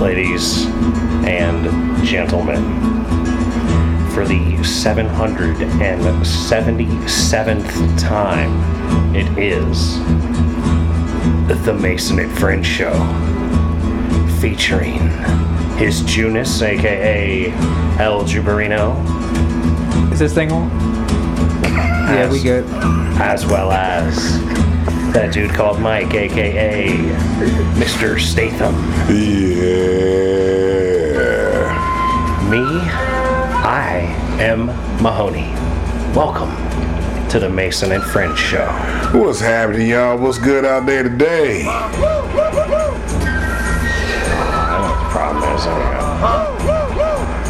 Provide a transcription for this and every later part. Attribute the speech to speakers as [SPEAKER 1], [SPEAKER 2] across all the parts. [SPEAKER 1] ladies and gentlemen, for the 777th time, it is the Mason and Friend Show, featuring his Junus, aka El Juberino,
[SPEAKER 2] Is this thing on? Yeah, we good.
[SPEAKER 1] as well as that dude called Mike, aka Mr. Statham.
[SPEAKER 3] Yeah.
[SPEAKER 1] Me, I am Mahoney. Welcome to the Mason and Friends Show.
[SPEAKER 3] What's happening, y'all? What's good out there today?
[SPEAKER 1] I know what the problem is. There we go.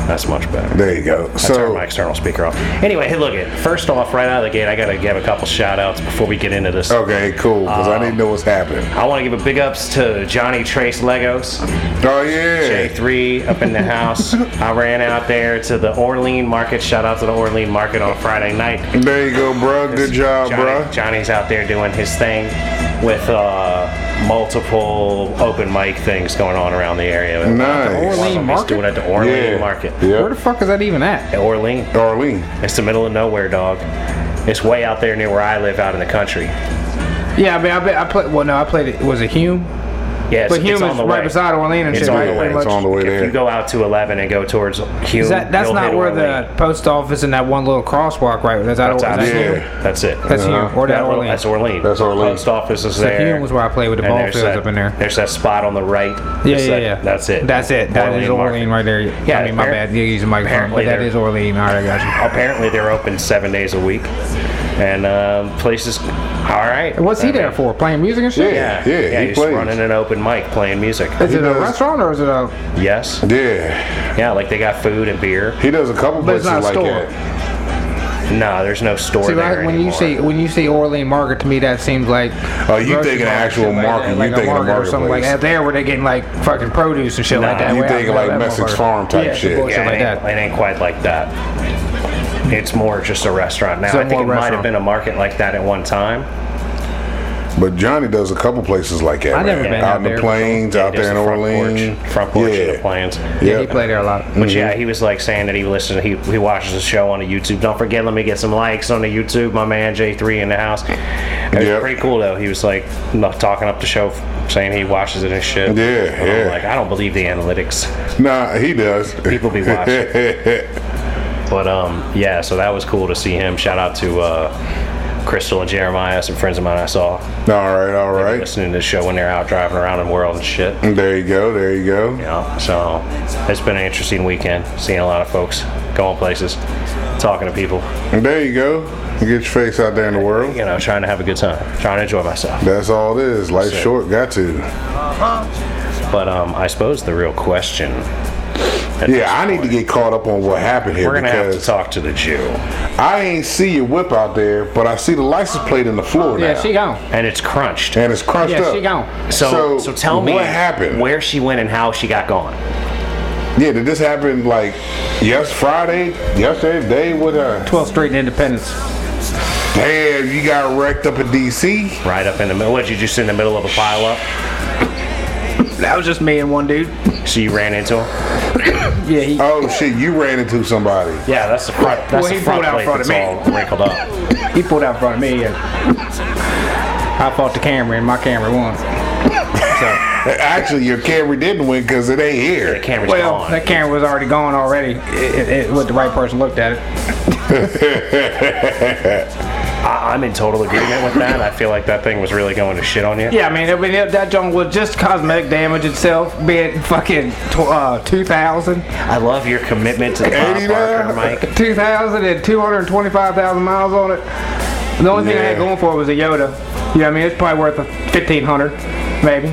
[SPEAKER 1] That's much better.
[SPEAKER 3] There you go.
[SPEAKER 1] I turned my
[SPEAKER 3] So,
[SPEAKER 1] external speaker off. Anyway, hey, look it. First off, right out of the gate, I gotta give a couple shout outs before we get into this.
[SPEAKER 3] okay, cool, because I
[SPEAKER 1] Um,
[SPEAKER 3] didn't know what's happening.
[SPEAKER 1] I want to give a big ups to Johnny Trace Legos,
[SPEAKER 3] Oh, yeah.
[SPEAKER 1] J3 up in the house. I ran out there to the Orlean Market. Shout out to the Orlean Market on Friday night.
[SPEAKER 3] There you go, bruh. Good job,
[SPEAKER 1] Johnny-
[SPEAKER 3] bruh.
[SPEAKER 1] Johnny's out there doing his thing with uh, multiple open mic things going on around the area. One of them
[SPEAKER 3] Nice.
[SPEAKER 2] Orleans Orlean
[SPEAKER 1] He's
[SPEAKER 2] Market?
[SPEAKER 1] doing it at the Orlean Market.
[SPEAKER 2] Where the
[SPEAKER 3] Yep.
[SPEAKER 2] fuck is that even at?
[SPEAKER 1] At Orlean.
[SPEAKER 3] Darlene.
[SPEAKER 1] It's the middle of nowhere, dog. It's way out there near where I live out in the country.
[SPEAKER 2] Yeah, I mean, I, bet- I played. Well, no, I played it. Was it Hume?
[SPEAKER 1] Yeah, it's,
[SPEAKER 2] But Hume
[SPEAKER 1] it's
[SPEAKER 2] is
[SPEAKER 1] on the
[SPEAKER 2] right
[SPEAKER 1] way.
[SPEAKER 2] beside Orlean and
[SPEAKER 1] It's
[SPEAKER 2] shit.
[SPEAKER 1] on
[SPEAKER 2] right?
[SPEAKER 1] the way.
[SPEAKER 2] Pretty
[SPEAKER 3] It's
[SPEAKER 2] much.
[SPEAKER 3] on the way
[SPEAKER 1] If you
[SPEAKER 3] there.
[SPEAKER 1] go out to 11 and go towards Hume,
[SPEAKER 2] Is that, that's
[SPEAKER 1] you'll
[SPEAKER 2] not
[SPEAKER 1] hit
[SPEAKER 2] where
[SPEAKER 1] Orlean.
[SPEAKER 2] the post office and that one little crosswalk right was. That,
[SPEAKER 1] That's
[SPEAKER 2] that
[SPEAKER 1] out
[SPEAKER 2] Hume?
[SPEAKER 3] absolutely-
[SPEAKER 1] here.
[SPEAKER 3] Yeah.
[SPEAKER 1] That's it.
[SPEAKER 2] That's
[SPEAKER 3] Uh-huh.
[SPEAKER 2] Hume or that,
[SPEAKER 1] That little-
[SPEAKER 2] Orlean.
[SPEAKER 1] That's Orlean.
[SPEAKER 3] That's Orlean.
[SPEAKER 1] Post office is
[SPEAKER 2] So
[SPEAKER 1] there.
[SPEAKER 2] Hume was where I played with the
[SPEAKER 1] And
[SPEAKER 2] ball
[SPEAKER 1] there's
[SPEAKER 2] fields
[SPEAKER 1] that-
[SPEAKER 2] up in there.
[SPEAKER 1] There's that spot on the right.
[SPEAKER 2] Yeah,
[SPEAKER 1] That's
[SPEAKER 2] yeah,
[SPEAKER 1] that-
[SPEAKER 2] yeah.
[SPEAKER 1] That's it.
[SPEAKER 2] That's it. That is
[SPEAKER 1] Market.
[SPEAKER 2] Orlean right there.
[SPEAKER 1] Yeah,
[SPEAKER 2] I mean, my
[SPEAKER 1] appar-
[SPEAKER 2] bad. You use the microphone,
[SPEAKER 1] apparently
[SPEAKER 2] but that
[SPEAKER 1] they're-
[SPEAKER 2] is Orlean. All right, I got you.
[SPEAKER 1] Apparently, they're open seven days a week, and um, places. All right.
[SPEAKER 2] What's he
[SPEAKER 1] I mean,
[SPEAKER 2] there for? Playing music and shit?
[SPEAKER 3] Yeah.
[SPEAKER 1] Yeah,
[SPEAKER 3] Yeah, he
[SPEAKER 1] he's
[SPEAKER 3] plays.
[SPEAKER 1] running an open mic, playing music.
[SPEAKER 2] Is it a
[SPEAKER 3] does-
[SPEAKER 2] restaurant or is it a?
[SPEAKER 1] Yes.
[SPEAKER 3] Yeah.
[SPEAKER 1] Yeah, like they got food and beer.
[SPEAKER 3] He does a couple
[SPEAKER 2] But it's not
[SPEAKER 3] places
[SPEAKER 2] a
[SPEAKER 3] like
[SPEAKER 2] store.
[SPEAKER 3] that.
[SPEAKER 1] No, there's no store
[SPEAKER 2] See,
[SPEAKER 1] there
[SPEAKER 2] like, when you
[SPEAKER 1] anymore.
[SPEAKER 2] see when you see Orlean Market, to me that seems like
[SPEAKER 3] Oh, you
[SPEAKER 2] grocery
[SPEAKER 3] thinking
[SPEAKER 2] market,
[SPEAKER 3] actual
[SPEAKER 2] shit
[SPEAKER 3] market.
[SPEAKER 2] that,
[SPEAKER 3] You thinking a
[SPEAKER 2] or something like
[SPEAKER 3] marketplace.
[SPEAKER 2] that. There where they're getting like fucking produce and shit
[SPEAKER 1] Nah.
[SPEAKER 2] like that.
[SPEAKER 3] You
[SPEAKER 2] Where I
[SPEAKER 3] thinking
[SPEAKER 2] love
[SPEAKER 3] like
[SPEAKER 2] that
[SPEAKER 3] Mexic's
[SPEAKER 2] motherfucker.
[SPEAKER 3] farm type
[SPEAKER 2] Yeah, some
[SPEAKER 3] shit.
[SPEAKER 2] bullshit
[SPEAKER 1] yeah, it,
[SPEAKER 2] like
[SPEAKER 1] ain't,
[SPEAKER 2] that.
[SPEAKER 1] it ain't quite like that. It's more just a restaurant now.
[SPEAKER 2] It's
[SPEAKER 1] I
[SPEAKER 2] a
[SPEAKER 1] think it
[SPEAKER 2] more
[SPEAKER 1] might have
[SPEAKER 2] restaurant.
[SPEAKER 1] been a market like that at one time.
[SPEAKER 3] But Johnny does a couple places like that.
[SPEAKER 2] I've never
[SPEAKER 3] man.
[SPEAKER 2] been
[SPEAKER 3] out
[SPEAKER 2] out
[SPEAKER 3] in
[SPEAKER 2] there
[SPEAKER 3] the plains, out
[SPEAKER 1] Just
[SPEAKER 3] there in
[SPEAKER 1] the front
[SPEAKER 3] Orleans.
[SPEAKER 1] porch, front porch of the
[SPEAKER 3] Yeah.
[SPEAKER 1] plans.
[SPEAKER 2] Yeah, he
[SPEAKER 3] Yep.
[SPEAKER 2] played there a lot.
[SPEAKER 1] But
[SPEAKER 3] Mm-hmm.
[SPEAKER 1] yeah, he was like saying that he listens, he, he watches the show on the YouTube. Don't forget, let me get some likes on the YouTube. My man J3 in the house. It was
[SPEAKER 3] Yep.
[SPEAKER 1] pretty cool though. He was like not talking up the show, saying he watches it and shit.
[SPEAKER 3] Yeah,
[SPEAKER 1] And I'm
[SPEAKER 3] yeah.
[SPEAKER 1] like I don't believe the analytics,
[SPEAKER 3] Nah, he does.
[SPEAKER 1] People be
[SPEAKER 3] watching.
[SPEAKER 1] but um, yeah. So that was cool to see him. Shout out to uh, Crystal and Jeremiah, some friends of mine I saw
[SPEAKER 3] all right, all right. Mm.
[SPEAKER 1] listening to the show when they're out driving around in the world and shit.
[SPEAKER 3] There you go. There you go.
[SPEAKER 1] You know, so it's been an interesting weekend, seeing a lot of folks going places, talking to people.
[SPEAKER 3] There you go. Get your face out there in the world.
[SPEAKER 1] you know, trying to have a good time, trying to enjoy myself.
[SPEAKER 3] That's all it is. Life's short. Got to.
[SPEAKER 1] But um, I suppose the real question.
[SPEAKER 3] Yeah, I need to get caught up on what happened here
[SPEAKER 1] We're gonna have to
[SPEAKER 3] because
[SPEAKER 1] talk to the Jew,
[SPEAKER 3] I ain't see your whip out there, but I see the license plate in the floor
[SPEAKER 2] Yeah,
[SPEAKER 3] now,
[SPEAKER 2] she gone.
[SPEAKER 1] and it's crunched.
[SPEAKER 3] and it's crunched
[SPEAKER 2] Yeah,
[SPEAKER 3] up.
[SPEAKER 2] she gone.
[SPEAKER 1] So, so, tell me
[SPEAKER 3] what happened.
[SPEAKER 1] where she went and how she got gone.
[SPEAKER 3] Yeah, did this happen like yes Friday, yesterday, day? What? Uh,
[SPEAKER 2] 12th Street and Independence.
[SPEAKER 3] damn, you got wrecked up in D.C.
[SPEAKER 1] Right up in the middle. What you just in the middle of a pile up?
[SPEAKER 2] That was just me and one dude.
[SPEAKER 1] So you ran into him.
[SPEAKER 2] Yeah, he.
[SPEAKER 3] Oh shit, you ran into somebody.
[SPEAKER 1] Yeah, that's the front. That's
[SPEAKER 2] Well,
[SPEAKER 1] the
[SPEAKER 2] he
[SPEAKER 1] front
[SPEAKER 2] pulled out
[SPEAKER 1] plate
[SPEAKER 2] front of
[SPEAKER 1] that's all wrinkled up.
[SPEAKER 2] He pulled out in front of me. And I fought the camera, and my camera won. So,
[SPEAKER 3] Actually, your camera didn't win because it ain't
[SPEAKER 1] The
[SPEAKER 3] here.
[SPEAKER 1] camera's
[SPEAKER 2] well,
[SPEAKER 1] gone.
[SPEAKER 2] that camera was already gone already. It, it, it, with the right person looked at it.
[SPEAKER 1] I, I'm in total agreement with that. I feel like that thing was really going to shit on you.
[SPEAKER 2] Yeah, I mean, I mean if that joint was just cosmetic damage itself, being fucking tw- uh, 2,000.
[SPEAKER 1] I love your commitment to the Bob
[SPEAKER 3] 80
[SPEAKER 1] Barker,
[SPEAKER 3] now?
[SPEAKER 1] Mike.
[SPEAKER 2] 2,000 and 225,000 miles on it. The only thing I had
[SPEAKER 3] Yeah.
[SPEAKER 2] going for it was a Yoda. You know what I mean? It's probably worth a 1,500, maybe.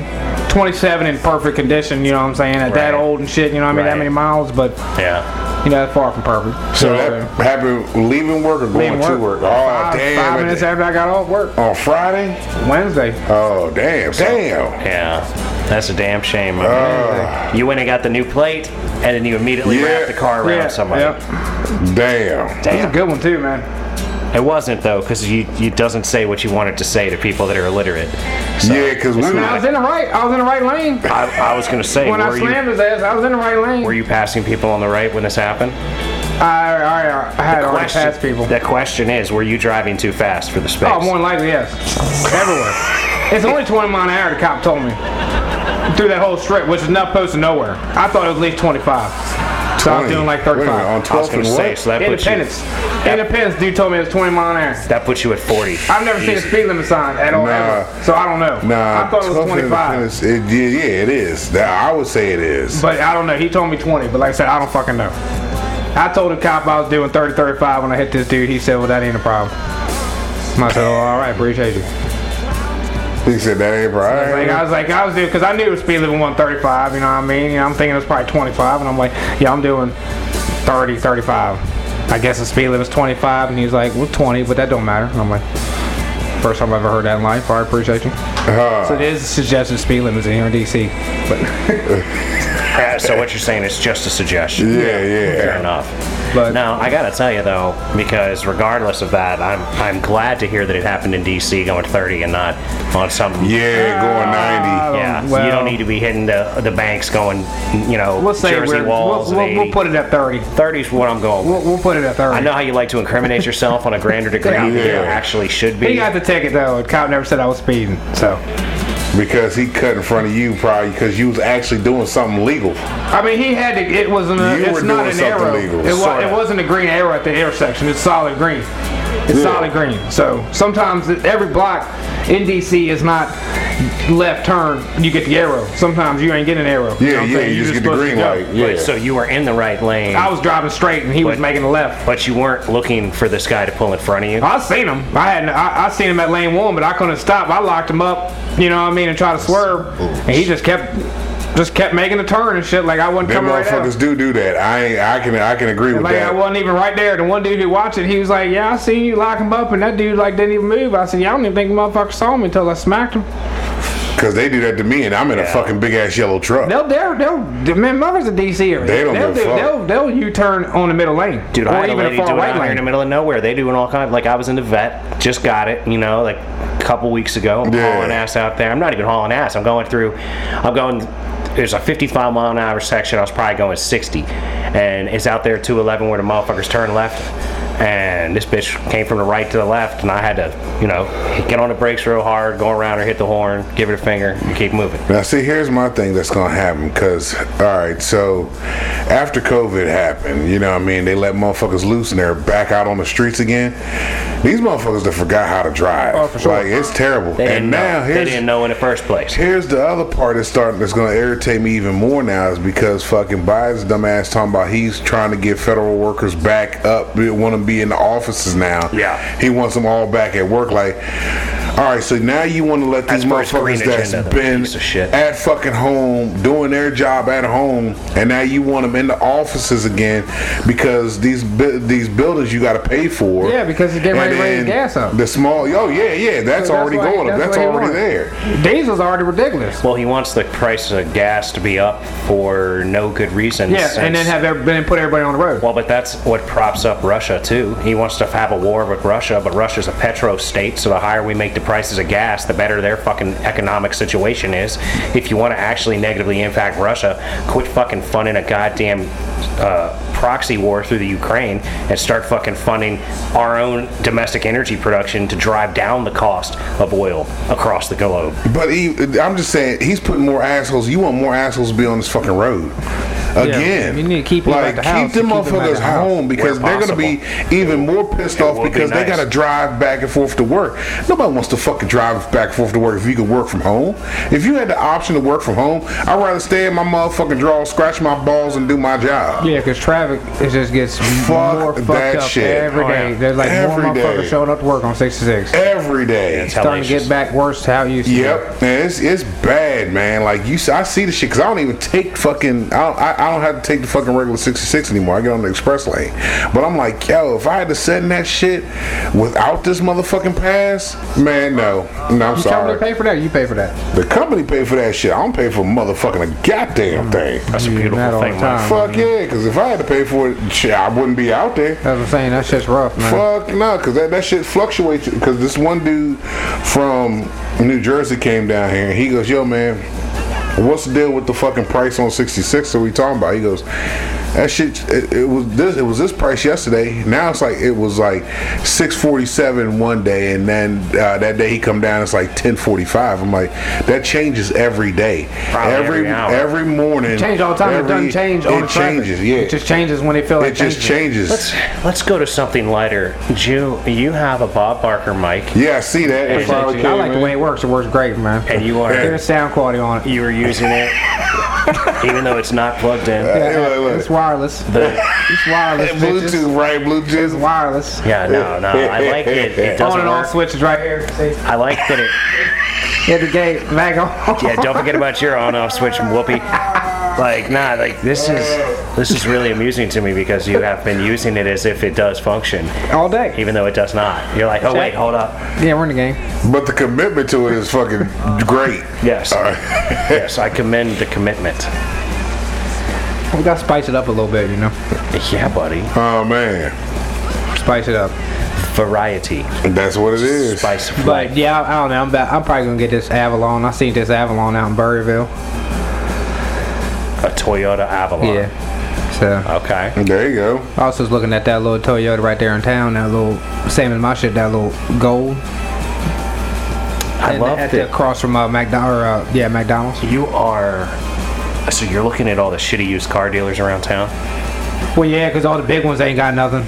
[SPEAKER 2] 27 in perfect condition, you know what I'm saying? At that
[SPEAKER 1] Right.
[SPEAKER 2] old and shit, you know what I mean?
[SPEAKER 1] Right.
[SPEAKER 2] That many miles, but,
[SPEAKER 1] Yeah.
[SPEAKER 2] you know, that's far from perfect.
[SPEAKER 3] So that happened leaving work or going
[SPEAKER 2] Leaving
[SPEAKER 3] to work. Oh
[SPEAKER 2] Five-
[SPEAKER 3] damn!
[SPEAKER 2] Five
[SPEAKER 3] it-
[SPEAKER 2] minutes after I got off work,
[SPEAKER 3] on Friday.
[SPEAKER 2] Wednesday.
[SPEAKER 3] Oh damn! Damn!
[SPEAKER 1] Yeah, that's a damn shame.
[SPEAKER 3] Oh,
[SPEAKER 1] you went and got the new plate, and then you immediately
[SPEAKER 3] Yeah.
[SPEAKER 1] wrapped the car around
[SPEAKER 2] Yeah,
[SPEAKER 1] somebody.
[SPEAKER 2] yep.
[SPEAKER 3] Damn!
[SPEAKER 2] That's a
[SPEAKER 1] Damn.
[SPEAKER 2] good one, too, man.
[SPEAKER 1] It wasn't though, because you you doesn't say what you wanted to say to people that are illiterate. So,
[SPEAKER 3] Yeah, 'cause
[SPEAKER 1] it's
[SPEAKER 3] women-
[SPEAKER 2] I
[SPEAKER 1] not-
[SPEAKER 2] was in the right. I was in the right lane.
[SPEAKER 1] I, I was gonna say,
[SPEAKER 2] When
[SPEAKER 1] were
[SPEAKER 2] I slammed
[SPEAKER 1] you
[SPEAKER 2] his ass, I was in the right lane.
[SPEAKER 1] were you passing people on the right when this happened?
[SPEAKER 2] I, I, I had already
[SPEAKER 1] Question-
[SPEAKER 2] passed people.
[SPEAKER 1] The question is, were you driving too fast for the space?
[SPEAKER 2] Oh, more than likely, yes. Everywhere. It's only 20 mile an hour, the cop told me. Through that whole strip, which is not posted nowhere. I thought it was at least 25. So I was
[SPEAKER 3] 20.
[SPEAKER 2] doing like
[SPEAKER 3] Wait a minute,
[SPEAKER 2] 35.
[SPEAKER 3] on
[SPEAKER 1] I was
[SPEAKER 3] 12th
[SPEAKER 1] gonna
[SPEAKER 3] and
[SPEAKER 1] say,
[SPEAKER 3] what?
[SPEAKER 1] so that puts you
[SPEAKER 2] Independence. Independence, dude told me it was 20 mile an hour.
[SPEAKER 1] that puts you at forty.
[SPEAKER 2] I've never seen a
[SPEAKER 1] Easy.
[SPEAKER 2] speed limit sign at all,
[SPEAKER 3] Nah.
[SPEAKER 2] ever. So I don't know.
[SPEAKER 3] Nah,
[SPEAKER 2] I thought it was
[SPEAKER 3] 12th and
[SPEAKER 2] 25.
[SPEAKER 3] Independence, It, yeah, yeah, it is. That- I would say it is.
[SPEAKER 2] But I don't know. He told me 20, but like I said, I don't fucking know. I told the cop I was doing 30, 35 when I hit this dude. He said, well, that ain't a problem. And I said, oh, all right, appreciate you.
[SPEAKER 3] he said that ain't right.
[SPEAKER 2] Like I was like I was doing because I knew it was speed limit 135. You know what I mean? You know, I'm thinking it was probably 25, and I'm like, yeah, I'm doing 30, 35. I guess the speed limit's 25, and he's like, well, 20, but that don't matter. And I'm like, first time I've ever heard that in life. I appreciate you.
[SPEAKER 3] Huh.
[SPEAKER 1] Uh-huh.
[SPEAKER 2] So it is suggested speed limits in here in DC, but
[SPEAKER 1] Uh, so what you're saying is just a suggestion.
[SPEAKER 3] yeah,
[SPEAKER 1] Fair
[SPEAKER 3] yeah.
[SPEAKER 1] enough.
[SPEAKER 2] But-
[SPEAKER 1] no, I gotta tell you though, because regardless of that, I'm I'm glad to hear that it happened in D.C. going 30 and not on some.
[SPEAKER 3] Yeah, going
[SPEAKER 2] Ah.
[SPEAKER 3] 90.
[SPEAKER 1] Yeah,
[SPEAKER 2] well-
[SPEAKER 1] you don't need to be hitting the the banks going, you know,
[SPEAKER 2] we'll say
[SPEAKER 1] Jersey
[SPEAKER 2] we're,
[SPEAKER 1] walls.
[SPEAKER 2] we'll, we'll, we'll put it at 30.
[SPEAKER 1] 30 is what I'm going. With.
[SPEAKER 2] We'll, we'll put it at 30.
[SPEAKER 1] I know how you like to incriminate yourself on a grander degree
[SPEAKER 2] Yeah.
[SPEAKER 1] than you
[SPEAKER 3] Yeah.
[SPEAKER 1] actually should be.
[SPEAKER 2] He got the ticket though. The cop never said I was speeding, so.
[SPEAKER 3] Because he cut in front of you probably because you was actually doing something legal.
[SPEAKER 2] I mean, he had to. It was an.
[SPEAKER 3] You
[SPEAKER 2] it's
[SPEAKER 3] were
[SPEAKER 2] not
[SPEAKER 3] doing
[SPEAKER 2] an
[SPEAKER 3] something
[SPEAKER 2] arrow.
[SPEAKER 3] legal.
[SPEAKER 2] It, wa-
[SPEAKER 3] Sorta.
[SPEAKER 2] it wasn't a green arrow at the intersection. It's solid green. It's
[SPEAKER 3] Yeah.
[SPEAKER 2] solid green. So sometimes it- every block in DC is not left turn. You get the arrow. Sometimes you ain't getting an arrow. You know
[SPEAKER 3] Yeah,
[SPEAKER 2] what I'm
[SPEAKER 3] yeah,
[SPEAKER 2] saying?
[SPEAKER 3] you
[SPEAKER 2] You're
[SPEAKER 3] just get the
[SPEAKER 2] supposed to
[SPEAKER 3] green
[SPEAKER 2] go.
[SPEAKER 3] light. Yeah.
[SPEAKER 1] But- So you were in the right lane,
[SPEAKER 2] I was driving straight and he was
[SPEAKER 1] But-
[SPEAKER 2] making a left.
[SPEAKER 1] but you weren't looking for this guy to pull in front of you.
[SPEAKER 2] I seen him. I had. I, I seen him at lane one, but I couldn't stop. I locked him up. You know what I mean? And tried to swerve, and he just kept, just kept making the turn and shit. Like I wasn't
[SPEAKER 3] Them
[SPEAKER 2] coming right out.
[SPEAKER 3] motherfuckers do do that. I ain't, I can I can agree with
[SPEAKER 2] Like I
[SPEAKER 3] that.
[SPEAKER 2] wasn't even right there. The one dude who watched it, he was like, "Yeah, I seen you lock him up," and that dude like didn't even move. I said, "Yeah, I don't even think the motherfucker saw me until I smacked him."
[SPEAKER 3] Because they do that to me and I'm in a fucking big ass yellow truck.
[SPEAKER 2] They'll, they'll, they'll, the man, mother's a DC area.
[SPEAKER 3] They don't
[SPEAKER 2] will
[SPEAKER 3] give a fuck.
[SPEAKER 2] They'll, they'll U-turn on the middle lane,
[SPEAKER 1] Dude,
[SPEAKER 2] or
[SPEAKER 1] I had a
[SPEAKER 2] even
[SPEAKER 1] lady
[SPEAKER 2] a far
[SPEAKER 1] doing it
[SPEAKER 2] right
[SPEAKER 1] out here in the
[SPEAKER 2] lane.
[SPEAKER 1] middle of nowhere. They doing all kinds. Like I was in the vet, just got it, you know, like a couple weeks ago. I'm
[SPEAKER 3] Yeah.
[SPEAKER 1] hauling ass out there. I'm not even hauling ass. I'm going through. I'm going. There's a 55 mile an hour section. I was probably going 60, and it's out there 211 where the motherfuckers turn left. And this bitch came from the right to the left, and I had to, you know, get on the brakes real hard, go around her, hit the horn, give it a finger, and keep moving.
[SPEAKER 3] Now, see, here's my thing that's gonna happen. Cause, all right, so after COVID happened, you know, what I mean, they let motherfuckers loose and they're back out on the streets again. These motherfuckers that forgot how to drive.
[SPEAKER 2] Oh, for sure.
[SPEAKER 3] Like it's terrible.
[SPEAKER 1] They
[SPEAKER 3] and
[SPEAKER 1] didn't
[SPEAKER 3] now
[SPEAKER 1] know. They
[SPEAKER 3] here's
[SPEAKER 1] didn't know in the first place.
[SPEAKER 3] here's the other part that's starting that's gonna irritate me even more now is because fucking Biden's dumbass talking about he's trying to get federal workers back up. They want them to be in the offices now.
[SPEAKER 1] Yeah.
[SPEAKER 3] He wants them all back at work. Like, all right, so now you want to let
[SPEAKER 1] That's
[SPEAKER 3] these
[SPEAKER 1] Bruce
[SPEAKER 3] motherfuckers
[SPEAKER 1] Green
[SPEAKER 3] that's
[SPEAKER 1] agenda, though,
[SPEAKER 3] been
[SPEAKER 1] piece of shit.
[SPEAKER 3] at fucking home doing their job at home, and now you want them in the offices again because these bu- these buildings you got to pay for.
[SPEAKER 2] Yeah, because they're getting
[SPEAKER 3] And
[SPEAKER 2] ready to raise
[SPEAKER 3] then
[SPEAKER 2] gas up.
[SPEAKER 3] The small, oh yeah, yeah,
[SPEAKER 2] So
[SPEAKER 3] that's,
[SPEAKER 2] that's
[SPEAKER 3] already
[SPEAKER 2] why-
[SPEAKER 3] going up.
[SPEAKER 2] that's
[SPEAKER 3] That's
[SPEAKER 2] what he
[SPEAKER 3] already
[SPEAKER 2] wanted.
[SPEAKER 3] there.
[SPEAKER 2] Diesel's already ridiculous.
[SPEAKER 1] Well, he wants the price of gas to be up for no good reason.
[SPEAKER 2] Yeah, and
[SPEAKER 1] since-
[SPEAKER 2] then have every, then put everybody on the road.
[SPEAKER 1] Well, but that's what props up Russia too. He wants to have a war with Russia, but Russia's a petro state, so the higher we make the prices of gas, the better their fucking economic situation is. If you want to actually negatively impact Russia, quit fucking funding a goddamn uh, proxy war through the Ukraine and start fucking funding our own domestic energy production to drive down the cost of oil across the globe.
[SPEAKER 3] But he, I'm just saying, he's putting more assholes. You want more assholes to be on this fucking road. Again,
[SPEAKER 2] you need to keep people at
[SPEAKER 3] like
[SPEAKER 2] the
[SPEAKER 3] keep
[SPEAKER 2] house
[SPEAKER 3] them
[SPEAKER 2] and keep them at
[SPEAKER 3] motherfuckers
[SPEAKER 2] the house
[SPEAKER 3] home because
[SPEAKER 1] where
[SPEAKER 3] they're gonna be even more pissed off
[SPEAKER 1] would be
[SPEAKER 3] because they
[SPEAKER 1] nice.
[SPEAKER 3] gotta drive back and forth to work. Nobody wants to fucking drive back and forth to work if you could work from home. If you had the option to work from home, I'd rather stay in my motherfucking drawer, scratch my balls, and do my job.
[SPEAKER 2] Yeah, because traffic it just gets
[SPEAKER 3] Fuck
[SPEAKER 2] more fucked
[SPEAKER 3] that
[SPEAKER 2] up
[SPEAKER 3] shit.
[SPEAKER 2] every
[SPEAKER 1] Oh,
[SPEAKER 2] day.
[SPEAKER 1] yeah.
[SPEAKER 2] There's like more
[SPEAKER 3] Every
[SPEAKER 2] motherfuckers
[SPEAKER 3] day.
[SPEAKER 2] showing up to work on 66.
[SPEAKER 3] Every day.
[SPEAKER 1] It's
[SPEAKER 2] Starting to get
[SPEAKER 1] hellacious.
[SPEAKER 2] back worse to how it used to. be.
[SPEAKER 3] Yep, man, it's it's bad, man. Like you, s- I see the shit because I don't even take fucking. I don't, I, I don't have to take the fucking regular sixty six anymore. I get on the express lane. But I'm like, yo, if I had to send that shit without this motherfucking pass, man, Man, no. No, I'm
[SPEAKER 2] You tell me to
[SPEAKER 3] sorry.
[SPEAKER 2] pay for that. You pay for that.
[SPEAKER 3] The company pay for that shit. I don't pay for motherfucking goddamn thing.
[SPEAKER 1] That's a
[SPEAKER 2] Yeah,
[SPEAKER 1] beautiful
[SPEAKER 2] that all
[SPEAKER 1] thing,
[SPEAKER 2] the
[SPEAKER 1] Mike.
[SPEAKER 2] time.
[SPEAKER 3] Fuck yeah, because if I had to pay for it, shit, I wouldn't be out there.
[SPEAKER 2] That's what I'm saying. That shit's rough, man.
[SPEAKER 3] Fuck no, because that, that shit fluctuates. Because this one dude from New Jersey came down here and he goes, Yo, man, what's the deal with the fucking price on 66 that we talking about? He goes, that shit, it, it was this. It was this price yesterday. Now it's like it was like six forty seven one day, and then uh, that day he come down. It's like ten forty five. I'm like, that changes every day,
[SPEAKER 1] Probably
[SPEAKER 3] every
[SPEAKER 1] every hour.
[SPEAKER 3] every morning.
[SPEAKER 2] Change all the time. it
[SPEAKER 3] every-
[SPEAKER 2] doesn't change on
[SPEAKER 3] It changes. Yeah,
[SPEAKER 2] It just changes when they feel like
[SPEAKER 3] it just
[SPEAKER 2] changing.
[SPEAKER 3] changes.
[SPEAKER 1] Let's let's go to something lighter. Jew, you have a Bob Barker mic,
[SPEAKER 3] yeah, I see that. It
[SPEAKER 2] I
[SPEAKER 3] probably came
[SPEAKER 2] like the
[SPEAKER 3] in.
[SPEAKER 2] way it works. It works great, man.
[SPEAKER 1] and you are
[SPEAKER 2] There's sound quality on it.
[SPEAKER 1] you are using it, even though it's not plugged in.
[SPEAKER 3] Yeah, look, look.
[SPEAKER 2] It's wireless.
[SPEAKER 1] The-
[SPEAKER 2] It's wireless. bitches.
[SPEAKER 3] Bluetooth, right?
[SPEAKER 2] It's
[SPEAKER 3] Bluetooth.
[SPEAKER 2] wireless.
[SPEAKER 1] yeah, no, no. I like it. It
[SPEAKER 2] On
[SPEAKER 1] doesn't
[SPEAKER 2] and off
[SPEAKER 1] work.
[SPEAKER 2] switch is right here. See,
[SPEAKER 1] I like that it.
[SPEAKER 2] hit the gate, back on.
[SPEAKER 1] Yeah, don't forget about your on-off switch, Whoopi. Like, nah, like this is this is really amusing to me because you have been using it as if it does function,
[SPEAKER 2] All day.
[SPEAKER 1] even though it does not. You're like, oh wait, hold up.
[SPEAKER 2] Yeah, we're in the game.
[SPEAKER 3] But the commitment to it is fucking great.
[SPEAKER 1] Yes,
[SPEAKER 3] All right.
[SPEAKER 1] yes, I commend the commitment.
[SPEAKER 2] We gotta spice it up a little bit, you know.
[SPEAKER 1] Yeah, buddy.
[SPEAKER 3] Oh man,
[SPEAKER 2] Spice it up.
[SPEAKER 1] Variety,
[SPEAKER 3] that's what it is.
[SPEAKER 1] spice of life.
[SPEAKER 2] But yeah, I, I don't know. I'm, about, I'm probably gonna get this Avalon. I seen this Avalon out in Burryville.
[SPEAKER 1] a Toyota Avalon.
[SPEAKER 2] Yeah. So
[SPEAKER 1] Okay.
[SPEAKER 3] There you go.
[SPEAKER 2] I was just looking at that little Toyota right there in town. That little same as my shit. That little gold.
[SPEAKER 1] I
[SPEAKER 2] And
[SPEAKER 1] love
[SPEAKER 2] at the
[SPEAKER 1] that
[SPEAKER 2] across from uh, McDonald. Or, uh, yeah, McDonald's.
[SPEAKER 1] you are. So you're looking at all the shitty used car dealers around town.
[SPEAKER 2] Well, yeah, 'cause all the big ones ain't got nothing.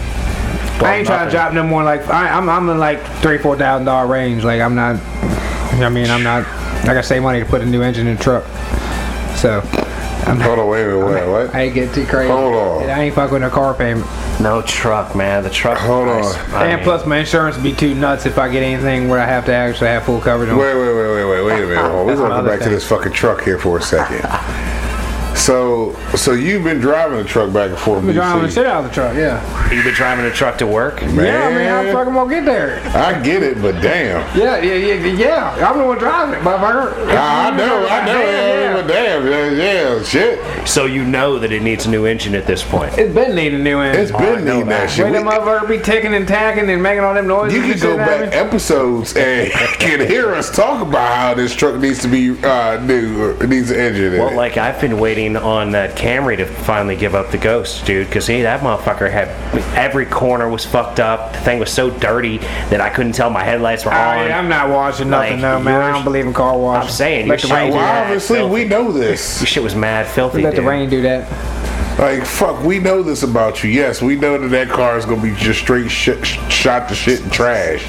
[SPEAKER 2] I ain't trying to drop no more. Like I, I'm, I'm in like three, four thousand dollar range. Like I'm not. you know what I mean, I'm not. I gotta save money to put a new engine in the truck. So
[SPEAKER 3] Hold on, wait a minute. Wait,
[SPEAKER 2] I
[SPEAKER 3] what?
[SPEAKER 2] ain't getting too crazy.
[SPEAKER 3] Hold on.
[SPEAKER 2] I ain't fucking with a car payment.
[SPEAKER 1] No truck, man. The truck.
[SPEAKER 3] Hold on.
[SPEAKER 1] I
[SPEAKER 2] and
[SPEAKER 1] mean,
[SPEAKER 2] plus, my insurance would be too nuts if I get anything where I have to actually have full coverage on.
[SPEAKER 3] Wait, wait, wait, wait, wait, wait a minute. Hold on. We're
[SPEAKER 2] That's
[SPEAKER 3] gonna come
[SPEAKER 2] another
[SPEAKER 3] back to
[SPEAKER 2] thing.
[SPEAKER 3] this fucking truck here for a second. So, so you've been driving the truck back and forth.
[SPEAKER 2] I'm driving the
[SPEAKER 3] DC.
[SPEAKER 2] shit out of the truck, yeah.
[SPEAKER 1] you been driving a truck to work.
[SPEAKER 2] Yeah, I mean, how the
[SPEAKER 3] Man.
[SPEAKER 2] fuck am I gonna get there?
[SPEAKER 3] I get it, but damn.
[SPEAKER 2] Yeah, yeah, yeah, yeah. I'm the one driving it, motherfucker.
[SPEAKER 3] I I know, I know,
[SPEAKER 2] Damn,
[SPEAKER 3] yeah,
[SPEAKER 2] yeah.
[SPEAKER 3] but damn, yeah, yeah, shit.
[SPEAKER 1] So you know that it needs a new engine at this point.
[SPEAKER 2] It's been needing a new engine.
[SPEAKER 3] It's been needing that shit.
[SPEAKER 2] When
[SPEAKER 3] We-
[SPEAKER 2] the motherfucker be ticking and tacking and making all them noises.
[SPEAKER 3] You
[SPEAKER 2] and
[SPEAKER 3] can go
[SPEAKER 2] shit, I mean.
[SPEAKER 3] back episodes and can hear us talk about how this truck needs to be uh, new, or needs an engine. In
[SPEAKER 1] Well,
[SPEAKER 3] it.
[SPEAKER 1] like I've been waiting on that Camry to finally give up the ghost, dude. Because he, that motherfucker had every corner was fucked up. The thing was so dirty that I couldn't tell my headlights were
[SPEAKER 2] All
[SPEAKER 1] on.
[SPEAKER 2] right, Ah, I'm not washing
[SPEAKER 1] Like,
[SPEAKER 2] nothing, though, man. I
[SPEAKER 1] yours-
[SPEAKER 2] don't believe in car washing.
[SPEAKER 1] I'm saying,
[SPEAKER 2] let
[SPEAKER 1] your
[SPEAKER 2] the rain
[SPEAKER 1] shit-
[SPEAKER 2] do
[SPEAKER 3] well,
[SPEAKER 1] yeah,
[SPEAKER 2] that.
[SPEAKER 3] obviously we know
[SPEAKER 1] This
[SPEAKER 3] this.
[SPEAKER 1] shit was mad filthy.
[SPEAKER 2] Let the
[SPEAKER 1] dude.
[SPEAKER 2] rain do that.
[SPEAKER 3] Like fuck, we know this about you. Yes, we know that that car is gonna be just straight sh- shot to shit and trash.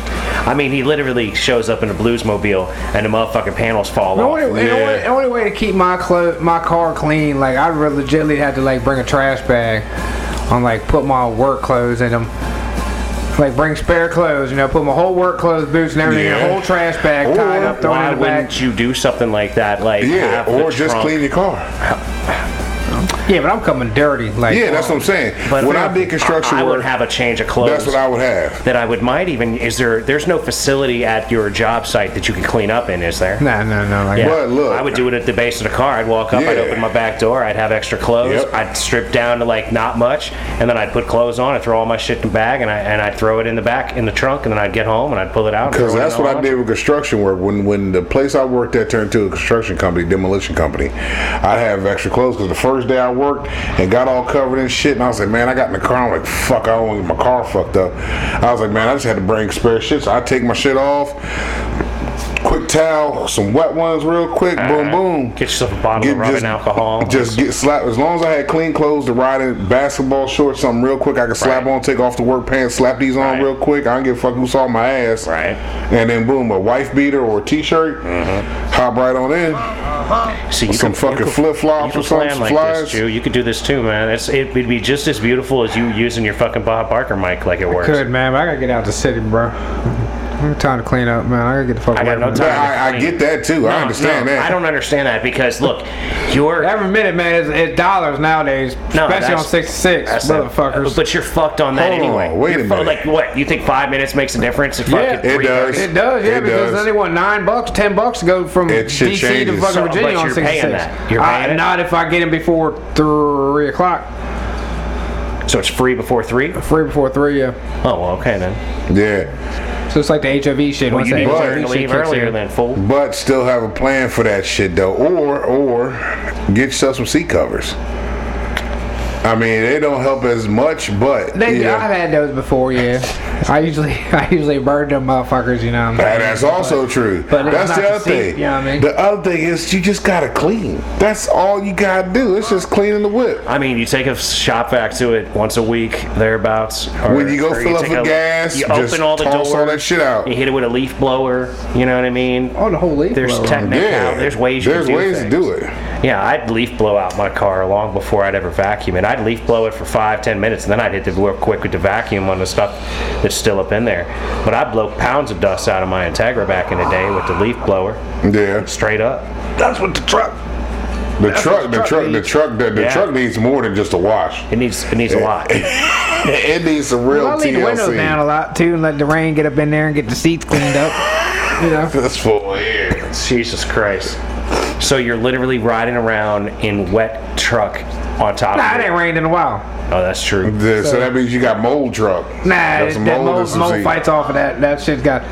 [SPEAKER 1] I mean, he literally shows up in a bluesmobile and the motherfucking panels fall
[SPEAKER 2] The
[SPEAKER 1] off.
[SPEAKER 2] only, the
[SPEAKER 3] Yeah.
[SPEAKER 2] only, the only way to keep my clo- my car clean, like I'd really legitly have to like bring a trash bag, on like put my work clothes in them, like bring spare clothes, you know, put my whole work clothes, boots, and everything, in
[SPEAKER 3] Yeah.
[SPEAKER 2] a whole trash bag,
[SPEAKER 3] Or
[SPEAKER 2] tie it up, throw
[SPEAKER 1] Why
[SPEAKER 2] it in the
[SPEAKER 1] wouldn't
[SPEAKER 2] back.
[SPEAKER 1] you do something like that? Like,
[SPEAKER 3] Yeah,
[SPEAKER 1] have the
[SPEAKER 3] or just
[SPEAKER 1] trunk-
[SPEAKER 3] clean your car.
[SPEAKER 2] Yeah, but I'm coming dirty. Like
[SPEAKER 3] Yeah, that's what I'm saying.
[SPEAKER 1] But
[SPEAKER 3] when I did construction
[SPEAKER 1] I would
[SPEAKER 3] work,
[SPEAKER 1] have a change of clothes.
[SPEAKER 3] that's what I would have.
[SPEAKER 1] that I would might even is there. There's no facility at your job site that you can clean up in, is there?
[SPEAKER 2] nah, no, no, like
[SPEAKER 1] Yeah.
[SPEAKER 3] But look-
[SPEAKER 1] I would do it at the base of the car. I'd walk up, I'd
[SPEAKER 3] Yeah.
[SPEAKER 1] open my back door, I'd have extra clothes,
[SPEAKER 3] Yep.
[SPEAKER 1] I'd strip down to like not much, and then I'd put clothes on, I'd throw all my shit in the bag, and I and I'd throw it in the back in the trunk, and then I'd get home and I'd pull it out. and
[SPEAKER 3] Because
[SPEAKER 1] throw it in
[SPEAKER 3] that's
[SPEAKER 1] the
[SPEAKER 3] what I
[SPEAKER 1] laundry.
[SPEAKER 3] did with construction work. When when the place I worked at turned to a construction company, demolition company, I have extra clothes because the first day I worked and got all covered in shit, and I was like, man, I got in the car. I'm like, fuck, I don't want to get my car fucked up. I was like, man, I just had to bring spare shit. So I take my shit off, quick towel, some wet ones, real quick, boom, boom.
[SPEAKER 1] Get yourself a bottle
[SPEAKER 3] Get
[SPEAKER 1] of rubbing
[SPEAKER 3] just-
[SPEAKER 1] alcohol.
[SPEAKER 3] Just get slap. As long as I had clean clothes to ride in, basketball shorts, something real quick I could slap
[SPEAKER 1] Right.
[SPEAKER 3] on, take off the work pants, slap these on
[SPEAKER 1] Right.
[SPEAKER 3] real quick. I don't give a fuck who saw my ass.
[SPEAKER 1] Right.
[SPEAKER 3] And then boom, a wife beater or a t-shirt,
[SPEAKER 1] Mm-hmm.
[SPEAKER 3] hop right on in.
[SPEAKER 1] See, you
[SPEAKER 3] some fucking
[SPEAKER 1] you
[SPEAKER 3] flip-flops
[SPEAKER 1] you
[SPEAKER 3] or something,
[SPEAKER 1] plan
[SPEAKER 3] some
[SPEAKER 1] like
[SPEAKER 3] flies.
[SPEAKER 1] This, Jew. You could do this too, man. It's, it'd be just as beautiful as you using your fucking Bob Barker mic like it works.
[SPEAKER 2] good man, but I gotta get out the city, bro. I got time to clean up, man. I gotta get the fuck
[SPEAKER 1] I
[SPEAKER 2] away
[SPEAKER 1] got no
[SPEAKER 2] from it.
[SPEAKER 3] But
[SPEAKER 1] time.
[SPEAKER 3] I, I get that too. I
[SPEAKER 1] No,
[SPEAKER 3] understand
[SPEAKER 1] no,
[SPEAKER 3] that.
[SPEAKER 1] I don't understand that because look, you're
[SPEAKER 2] Every minute, man, is, is dollars nowadays, especially on
[SPEAKER 1] that's-
[SPEAKER 2] 66,
[SPEAKER 1] that's it.
[SPEAKER 2] motherfuckers.
[SPEAKER 1] But you're fucked on that
[SPEAKER 3] Hold on,
[SPEAKER 1] anyway.
[SPEAKER 3] wait a
[SPEAKER 1] You're fu-
[SPEAKER 3] minute.
[SPEAKER 1] Like what? You think five minutes makes a difference? It's
[SPEAKER 2] Yeah.
[SPEAKER 1] fucking
[SPEAKER 3] It
[SPEAKER 1] three
[SPEAKER 3] does.
[SPEAKER 1] thirty.
[SPEAKER 2] it does, yeah,
[SPEAKER 3] It
[SPEAKER 2] because
[SPEAKER 3] does.
[SPEAKER 2] then they want nine bucks, ten bucks to go from
[SPEAKER 3] It shit
[SPEAKER 2] DC to
[SPEAKER 3] changes.
[SPEAKER 2] fucking
[SPEAKER 3] So,
[SPEAKER 1] but
[SPEAKER 2] Virginia on
[SPEAKER 1] you're paying
[SPEAKER 2] 66.
[SPEAKER 1] that. You're
[SPEAKER 2] I-
[SPEAKER 1] paying it?
[SPEAKER 2] not if I get him before three o'clock,
[SPEAKER 1] So it's free before three. Oh,
[SPEAKER 2] three before three. Yeah,
[SPEAKER 1] well, okay then.
[SPEAKER 3] yeah,
[SPEAKER 2] so it's like the HIV shit.
[SPEAKER 1] Well,
[SPEAKER 2] Once
[SPEAKER 1] you
[SPEAKER 2] that
[SPEAKER 1] need to
[SPEAKER 3] but-
[SPEAKER 1] learn
[SPEAKER 2] HIV
[SPEAKER 1] to
[SPEAKER 2] shit
[SPEAKER 1] leave
[SPEAKER 2] kicks
[SPEAKER 1] earlier
[SPEAKER 2] in.
[SPEAKER 1] then, fool.
[SPEAKER 3] but still have a plan for that shit though, or or get yourself some seat covers. I mean, they don't help as much, but
[SPEAKER 2] They,
[SPEAKER 3] you know,
[SPEAKER 2] I've had those before, yeah. I usually, I usually burn them motherfuckers, you know. What I'm
[SPEAKER 3] that-
[SPEAKER 2] saying?
[SPEAKER 3] that's also true.
[SPEAKER 2] but it's
[SPEAKER 3] that's
[SPEAKER 2] not
[SPEAKER 3] the
[SPEAKER 2] the
[SPEAKER 3] other
[SPEAKER 2] seat,
[SPEAKER 3] thing.
[SPEAKER 2] you know what I mean?
[SPEAKER 3] The other thing is you just gotta clean. That's all you gotta do. It's just cleaning the whip.
[SPEAKER 1] I mean, you take a shop vac to it once a week, thereabouts. Or,
[SPEAKER 3] When you go
[SPEAKER 1] or
[SPEAKER 3] fill up
[SPEAKER 1] take
[SPEAKER 3] with
[SPEAKER 1] a-
[SPEAKER 3] gas,
[SPEAKER 1] you
[SPEAKER 3] just
[SPEAKER 1] open all the
[SPEAKER 3] toss
[SPEAKER 1] doors,
[SPEAKER 3] all that shit out.
[SPEAKER 1] You hit it with a leaf blower. You know what I mean?
[SPEAKER 2] Oh, the whole leaf.
[SPEAKER 1] There's
[SPEAKER 2] blower.
[SPEAKER 1] technical.
[SPEAKER 3] Yeah,
[SPEAKER 1] There's ways.
[SPEAKER 3] There's
[SPEAKER 1] you can
[SPEAKER 3] ways
[SPEAKER 1] do
[SPEAKER 3] to
[SPEAKER 1] things.
[SPEAKER 3] do it.
[SPEAKER 1] Yeah, I'd leaf blow out my car long before I'd ever vacuum it. I'd leaf blow it for five, ten minutes, and then I'd hit the real quick with the vacuum on the stuff that's still up in there. But I blow pounds of dust out of my Integra back in the day with the leaf blower,
[SPEAKER 3] Yeah.
[SPEAKER 1] straight up.
[SPEAKER 3] That's what the truck. The truck, the
[SPEAKER 2] truck
[SPEAKER 3] truck, the
[SPEAKER 2] needs.
[SPEAKER 3] truck, the, the
[SPEAKER 1] Yeah.
[SPEAKER 3] truck needs more than just a wash.
[SPEAKER 1] It needs it needs a lot.
[SPEAKER 3] It needs some real
[SPEAKER 2] Well, I leave the windows down a
[SPEAKER 3] TLC.
[SPEAKER 2] lot too, and let the rain get up in there and get the seats cleaned up. You know,
[SPEAKER 3] That's full air.
[SPEAKER 1] Jesus Christ! So you're literally riding around in wet truck on top. of
[SPEAKER 2] nah, it
[SPEAKER 1] it.
[SPEAKER 2] ain't rained in a while.
[SPEAKER 1] Oh, that's true.
[SPEAKER 3] The- so, that means you got mold truck.
[SPEAKER 2] Nah,
[SPEAKER 3] Got
[SPEAKER 2] that
[SPEAKER 3] some
[SPEAKER 2] mold,
[SPEAKER 3] mold and
[SPEAKER 2] mold,
[SPEAKER 3] some seed.
[SPEAKER 2] fights off of that. That shit's got.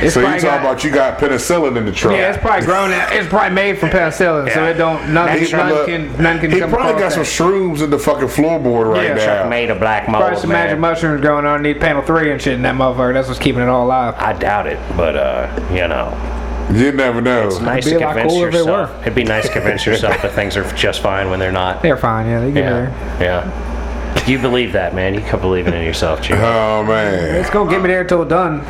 [SPEAKER 2] It's
[SPEAKER 3] So you
[SPEAKER 2] probably
[SPEAKER 3] talking
[SPEAKER 2] got-
[SPEAKER 3] about you got penicillin in the truck?
[SPEAKER 2] Yeah, it's probably grown. out- It's probably made from penicillin, so
[SPEAKER 1] Yeah.
[SPEAKER 2] it don't.
[SPEAKER 3] He,
[SPEAKER 2] Nothing, none
[SPEAKER 3] look,
[SPEAKER 2] can. None can
[SPEAKER 3] he
[SPEAKER 2] come
[SPEAKER 3] probably got
[SPEAKER 2] across
[SPEAKER 3] some
[SPEAKER 2] that.
[SPEAKER 3] shrooms in the fucking floorboard right
[SPEAKER 2] Yeah.
[SPEAKER 1] Truck
[SPEAKER 3] now.
[SPEAKER 1] made of black mold.
[SPEAKER 2] Probably some magic
[SPEAKER 1] man.
[SPEAKER 2] mushrooms growing underneath panel three and shit in that motherfucker. That's what's keeping it all alive.
[SPEAKER 1] I doubt it, but uh, you know.
[SPEAKER 3] You never know.
[SPEAKER 1] It's nice
[SPEAKER 2] It'd
[SPEAKER 1] to
[SPEAKER 2] be a lot
[SPEAKER 1] convince
[SPEAKER 2] cooler if they
[SPEAKER 1] yourself.
[SPEAKER 2] were.
[SPEAKER 1] It'd be nice to convince yourself that things are just fine when they're not.
[SPEAKER 2] They're fine. Yeah, they get there.
[SPEAKER 1] Yeah. Yeah. You believe that, man. You keep believing in yourself, Jim.
[SPEAKER 2] Uh-huh.
[SPEAKER 3] Oh man.
[SPEAKER 2] It's gonna get me there until done,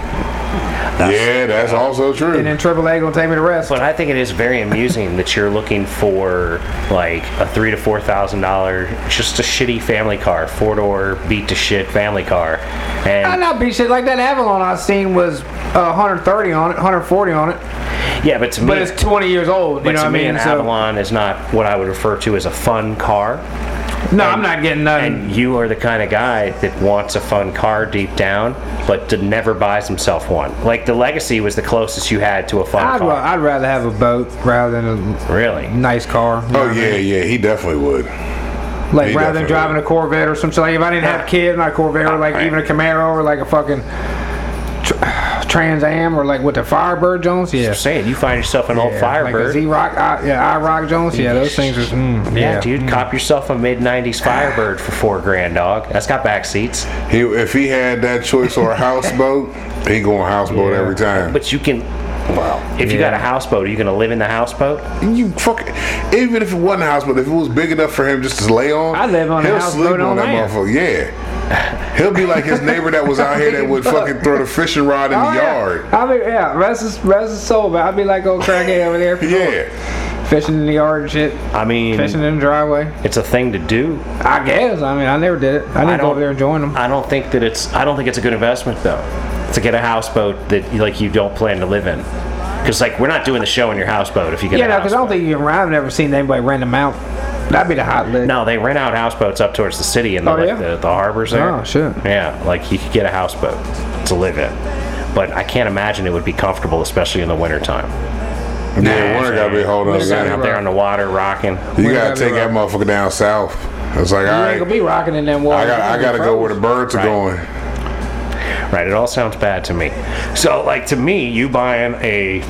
[SPEAKER 3] Yeah, that's also
[SPEAKER 2] and
[SPEAKER 3] true.
[SPEAKER 2] then Triple A gonna take me to rest.
[SPEAKER 1] But I think it is very amusing that you're looking for like a three to four thousand dollar, just a shitty family car, four door, beat to shit family car,
[SPEAKER 2] I
[SPEAKER 1] and
[SPEAKER 2] not beat shit like that Avalon I seen was uh, 130 on it, 140 on it,
[SPEAKER 1] yeah. But to
[SPEAKER 2] but
[SPEAKER 1] me,
[SPEAKER 2] it's 20 years old. You
[SPEAKER 1] but
[SPEAKER 2] know
[SPEAKER 1] to
[SPEAKER 2] what I
[SPEAKER 1] me,
[SPEAKER 2] mean?
[SPEAKER 1] an
[SPEAKER 2] So-
[SPEAKER 1] Avalon is not what I would refer to as a fun car.
[SPEAKER 2] no, I'm not getting nothing.
[SPEAKER 1] And you are the kind of guy that wants a fun car deep down, but that never buys himself one. Like the Legacy was the closest you had to a fun
[SPEAKER 2] I'd,
[SPEAKER 1] car.
[SPEAKER 2] ra- I'd rather have a boat rather than
[SPEAKER 1] really?
[SPEAKER 2] a nice car. you know
[SPEAKER 3] Oh
[SPEAKER 2] what I
[SPEAKER 3] yeah,
[SPEAKER 2] mean?
[SPEAKER 3] yeah. He definitely would.
[SPEAKER 2] like
[SPEAKER 3] he
[SPEAKER 2] rather than
[SPEAKER 3] definitely
[SPEAKER 2] driving a Corvette or some shit. Like if I didn't have kids, not a Corvette, or like even a Camaro or like a fucking tr- Trans Am or like what the Firebird Jones. Yeah,
[SPEAKER 1] I'm saying you find yourself an old
[SPEAKER 2] yeah. like
[SPEAKER 1] Firebird.
[SPEAKER 2] Z Rock. Yeah, I Rock Jones. Yeah, those things are. Mm, Ah.
[SPEAKER 1] yeah,
[SPEAKER 2] yeah,
[SPEAKER 1] dude, cop yourself a mid '90s Firebird for four grand, dog. That's got back seats,
[SPEAKER 3] He, if he had that choice or a houseboat, he going houseboat every time.
[SPEAKER 1] but you can.
[SPEAKER 3] wow.
[SPEAKER 1] If you got a houseboat, are you gonna live in the houseboat?
[SPEAKER 3] You fuck. Even if it wasn't a houseboat, if it was big enough for him just to lay on,
[SPEAKER 2] I live on a
[SPEAKER 3] he'll
[SPEAKER 2] houseboat
[SPEAKER 3] sleep
[SPEAKER 2] on
[SPEAKER 3] on that
[SPEAKER 2] land.
[SPEAKER 3] motherfucker. Yeah, he'll be like his neighbor that was out here that would fucking throw the fishing rod in
[SPEAKER 2] Oh,
[SPEAKER 3] the
[SPEAKER 2] yeah.
[SPEAKER 3] yard.
[SPEAKER 2] I mean, yeah, rest is rest is soul, but I'd be like old crackhead over there
[SPEAKER 3] Yeah,
[SPEAKER 2] fishing in the yard and shit,
[SPEAKER 1] I mean,
[SPEAKER 2] fishing in the driveway.
[SPEAKER 1] it's a thing to do.
[SPEAKER 2] I guess. I mean, I never did it. I didn't go
[SPEAKER 1] don't-
[SPEAKER 2] over there and join them.
[SPEAKER 1] I don't think that it's. I don't think it's a good investment though, to get a houseboat that like you don't plan to live in, because like we're not doing the show in your houseboat if you get.
[SPEAKER 2] yeah,
[SPEAKER 1] a
[SPEAKER 2] no, because I don't
[SPEAKER 1] houseboat.
[SPEAKER 2] think you can. I've never seen anybody rent them out. That'd be the hot lick.
[SPEAKER 1] No, they rent out houseboats up towards the city and the,
[SPEAKER 2] Oh,
[SPEAKER 1] like,
[SPEAKER 2] yeah?
[SPEAKER 1] the, the harbors there.
[SPEAKER 2] Oh, shit.
[SPEAKER 1] Yeah, like you could get a houseboat to live in, but I can't imagine it would be comfortable, especially in the wintertime.
[SPEAKER 3] yeah. One gotta be holding up.
[SPEAKER 2] Winter
[SPEAKER 1] Sitting out
[SPEAKER 3] man.
[SPEAKER 1] there on the water, rocking.
[SPEAKER 3] You
[SPEAKER 2] Winter
[SPEAKER 3] gotta
[SPEAKER 2] gotta be
[SPEAKER 3] take that motherfucker down south. It's like all
[SPEAKER 2] you
[SPEAKER 3] right.
[SPEAKER 2] ain't gonna be rocking in them water.
[SPEAKER 3] I got. I gotta go where the birds are
[SPEAKER 1] Right.
[SPEAKER 3] going.
[SPEAKER 1] Right, it all sounds bad to me. So, like to me, you buying a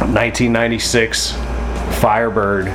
[SPEAKER 1] 1996 Firebird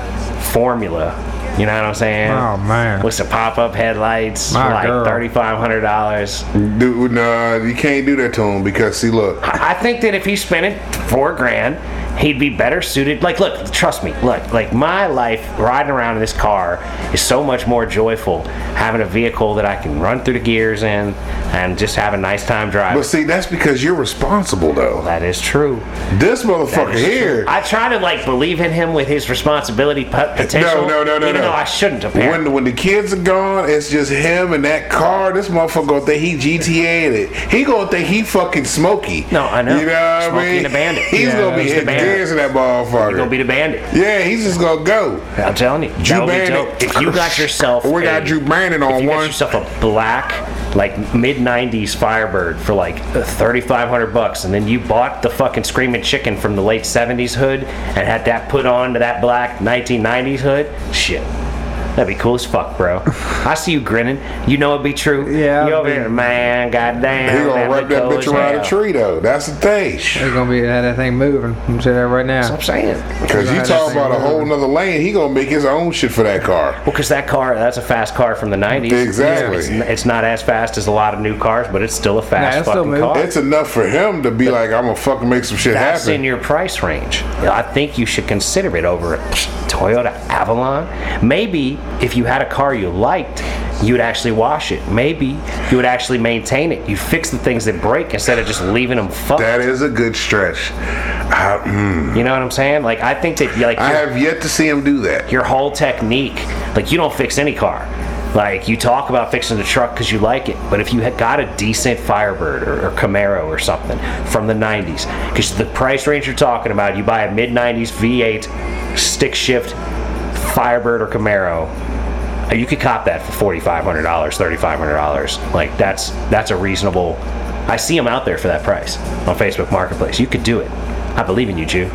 [SPEAKER 1] Formula. You know what I'm saying?
[SPEAKER 2] Oh, man.
[SPEAKER 1] With some pop-up headlights,
[SPEAKER 2] My
[SPEAKER 1] like
[SPEAKER 2] girl.
[SPEAKER 1] thirty-five hundred dollars.
[SPEAKER 3] Dude, nah, you can't do that to him because see, look,
[SPEAKER 1] I think that if he's spending four grand he'd be better suited. Like, look, trust me. Look, like my life riding around in this car is so much more joyful having a vehicle that I can run through the gears in and just have a nice time driving.
[SPEAKER 3] But see, that's because you're responsible, though.
[SPEAKER 1] that is true.
[SPEAKER 3] This motherfucker here.
[SPEAKER 1] I try to like believe in him with his responsibility pot- potential.
[SPEAKER 3] no, no, no,
[SPEAKER 1] Even
[SPEAKER 3] no.
[SPEAKER 1] though I shouldn't apparently.
[SPEAKER 3] When when the kids are gone, it's just him and that car. This motherfucker gonna think he GTA'd it. He gonna think he fucking Smokey.
[SPEAKER 1] No, I know.
[SPEAKER 3] You know what
[SPEAKER 1] Smokey
[SPEAKER 3] I mean?
[SPEAKER 1] and the Bandit.
[SPEAKER 3] He's
[SPEAKER 1] Yeah,
[SPEAKER 3] gonna be
[SPEAKER 1] he's the
[SPEAKER 3] hitting
[SPEAKER 1] Bandit.
[SPEAKER 3] dancing
[SPEAKER 1] You're
[SPEAKER 3] that
[SPEAKER 1] gonna
[SPEAKER 3] motherfucker.
[SPEAKER 1] be the bandit.
[SPEAKER 3] yeah, he's just gonna go.
[SPEAKER 1] I'm telling you,
[SPEAKER 3] Drew
[SPEAKER 1] that would be
[SPEAKER 3] Barrymore.
[SPEAKER 1] dope. If you got yourself,
[SPEAKER 3] We got
[SPEAKER 1] a-
[SPEAKER 3] Drew Barrymore
[SPEAKER 1] if
[SPEAKER 3] on
[SPEAKER 1] you
[SPEAKER 3] one.
[SPEAKER 1] Got yourself a black, like mid '90s Firebird for like 3,500 bucks, and then you bought the fucking Screaming Chicken from the late '70s hood and had that put on to that black 1990s hood. Shit. That'd be cool as fuck, bro. I see you grinning. You know it'd be true.
[SPEAKER 2] Yeah,
[SPEAKER 1] You over
[SPEAKER 2] man.
[SPEAKER 1] here, man. Goddamn.
[SPEAKER 3] He gonna wrap that
[SPEAKER 1] look
[SPEAKER 3] bitch
[SPEAKER 1] cool as
[SPEAKER 3] around a
[SPEAKER 1] hell."
[SPEAKER 3] tree though. That's the thing.
[SPEAKER 2] It's gonna be that, that thing moving. I'm saying that right now.
[SPEAKER 1] I'm saying.
[SPEAKER 3] Cause you
[SPEAKER 2] Right,
[SPEAKER 3] talk
[SPEAKER 2] that's
[SPEAKER 3] about a whole nother lane. He gonna make his own shit for that car.
[SPEAKER 1] Well, because that car, that's a fast car from the 90s.
[SPEAKER 3] Exactly.
[SPEAKER 1] It's, it's not as fast as a lot of new cars, but it's still a fast
[SPEAKER 2] Nah, it's still
[SPEAKER 1] fucking
[SPEAKER 2] moving.
[SPEAKER 1] car.
[SPEAKER 3] It's enough for him to be like, I'm gonna fucking make some shit
[SPEAKER 1] that's in
[SPEAKER 3] happen.
[SPEAKER 1] your price range. I think you should consider it over a Toyota Avalon. Maybe if you had a car you liked, you'd actually wash it. Maybe you would actually maintain it. You'd fix the things that break instead of just leaving them fucked.
[SPEAKER 3] That is a good stretch. I, mm,
[SPEAKER 1] you know what I'm saying? Like I think that like
[SPEAKER 3] I
[SPEAKER 1] your-
[SPEAKER 3] have yet to see him do that.
[SPEAKER 1] your whole technique. Like you don't fix any car. Like you talk about fixing the truck because you like it, but if you had got a decent Firebird or, or Camaro or something from the '90s, because the price range you're talking about, you buy a mid '90s V8 stick shift Firebird or Camaro, uh, you could cop that for forty-five hundred dollars, thirty-five hundred dollars. Like that's that's a reasonable. I see them out there for that price on Facebook Marketplace. You could do it. I believe in you, Jew.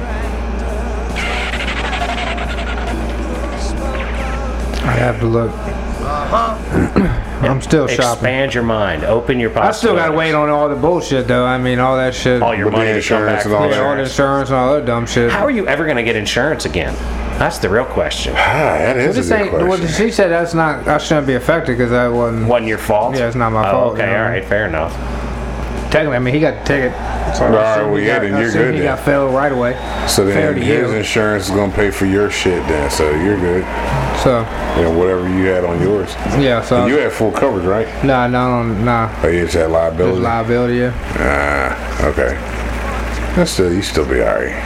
[SPEAKER 2] I have to look.
[SPEAKER 3] Uh-huh.
[SPEAKER 2] I'm still shopping.
[SPEAKER 1] Expand your mind. Open your.
[SPEAKER 2] I still gotta
[SPEAKER 1] possibilities.
[SPEAKER 2] wait on all the bullshit though. I mean, all that shit.
[SPEAKER 1] all your
[SPEAKER 3] With the
[SPEAKER 1] money to come
[SPEAKER 3] insurance
[SPEAKER 1] back.
[SPEAKER 3] and all
[SPEAKER 1] from
[SPEAKER 2] yeah, all the
[SPEAKER 1] insurance.
[SPEAKER 2] insurance and all that dumb shit.
[SPEAKER 1] How are you ever going to get insurance again? That's the real question.
[SPEAKER 3] Ah, that is
[SPEAKER 2] This
[SPEAKER 3] a
[SPEAKER 2] ain't.
[SPEAKER 3] good
[SPEAKER 2] Well,
[SPEAKER 3] question.
[SPEAKER 2] she said that's not. I shouldn't be affected because that wasn't.
[SPEAKER 1] Wasn't your fault?
[SPEAKER 2] Yeah, it's not my
[SPEAKER 1] Oh,
[SPEAKER 2] fault,
[SPEAKER 1] Okay,
[SPEAKER 2] you know.
[SPEAKER 1] all right, fair enough.
[SPEAKER 2] Technically, I mean, he got the ticket. So I
[SPEAKER 3] All right,
[SPEAKER 2] assume
[SPEAKER 3] well,
[SPEAKER 2] he
[SPEAKER 3] yeah,
[SPEAKER 2] got-
[SPEAKER 3] then
[SPEAKER 2] I
[SPEAKER 3] you're
[SPEAKER 2] assume
[SPEAKER 3] good
[SPEAKER 2] He
[SPEAKER 3] then.
[SPEAKER 2] got failed right away.
[SPEAKER 3] so
[SPEAKER 2] fair
[SPEAKER 3] then
[SPEAKER 2] to
[SPEAKER 3] his
[SPEAKER 2] you.
[SPEAKER 3] insurance is gonna pay for your shit then. So you're good.
[SPEAKER 2] So
[SPEAKER 3] And whatever you had on yours.
[SPEAKER 2] yeah, so
[SPEAKER 3] You had full coverage, right?
[SPEAKER 2] nah, no, no, nah.
[SPEAKER 3] Oh, you just had
[SPEAKER 2] There's
[SPEAKER 3] liability.
[SPEAKER 2] liability. Yeah.
[SPEAKER 3] Ah, okay. That's still you still be alright.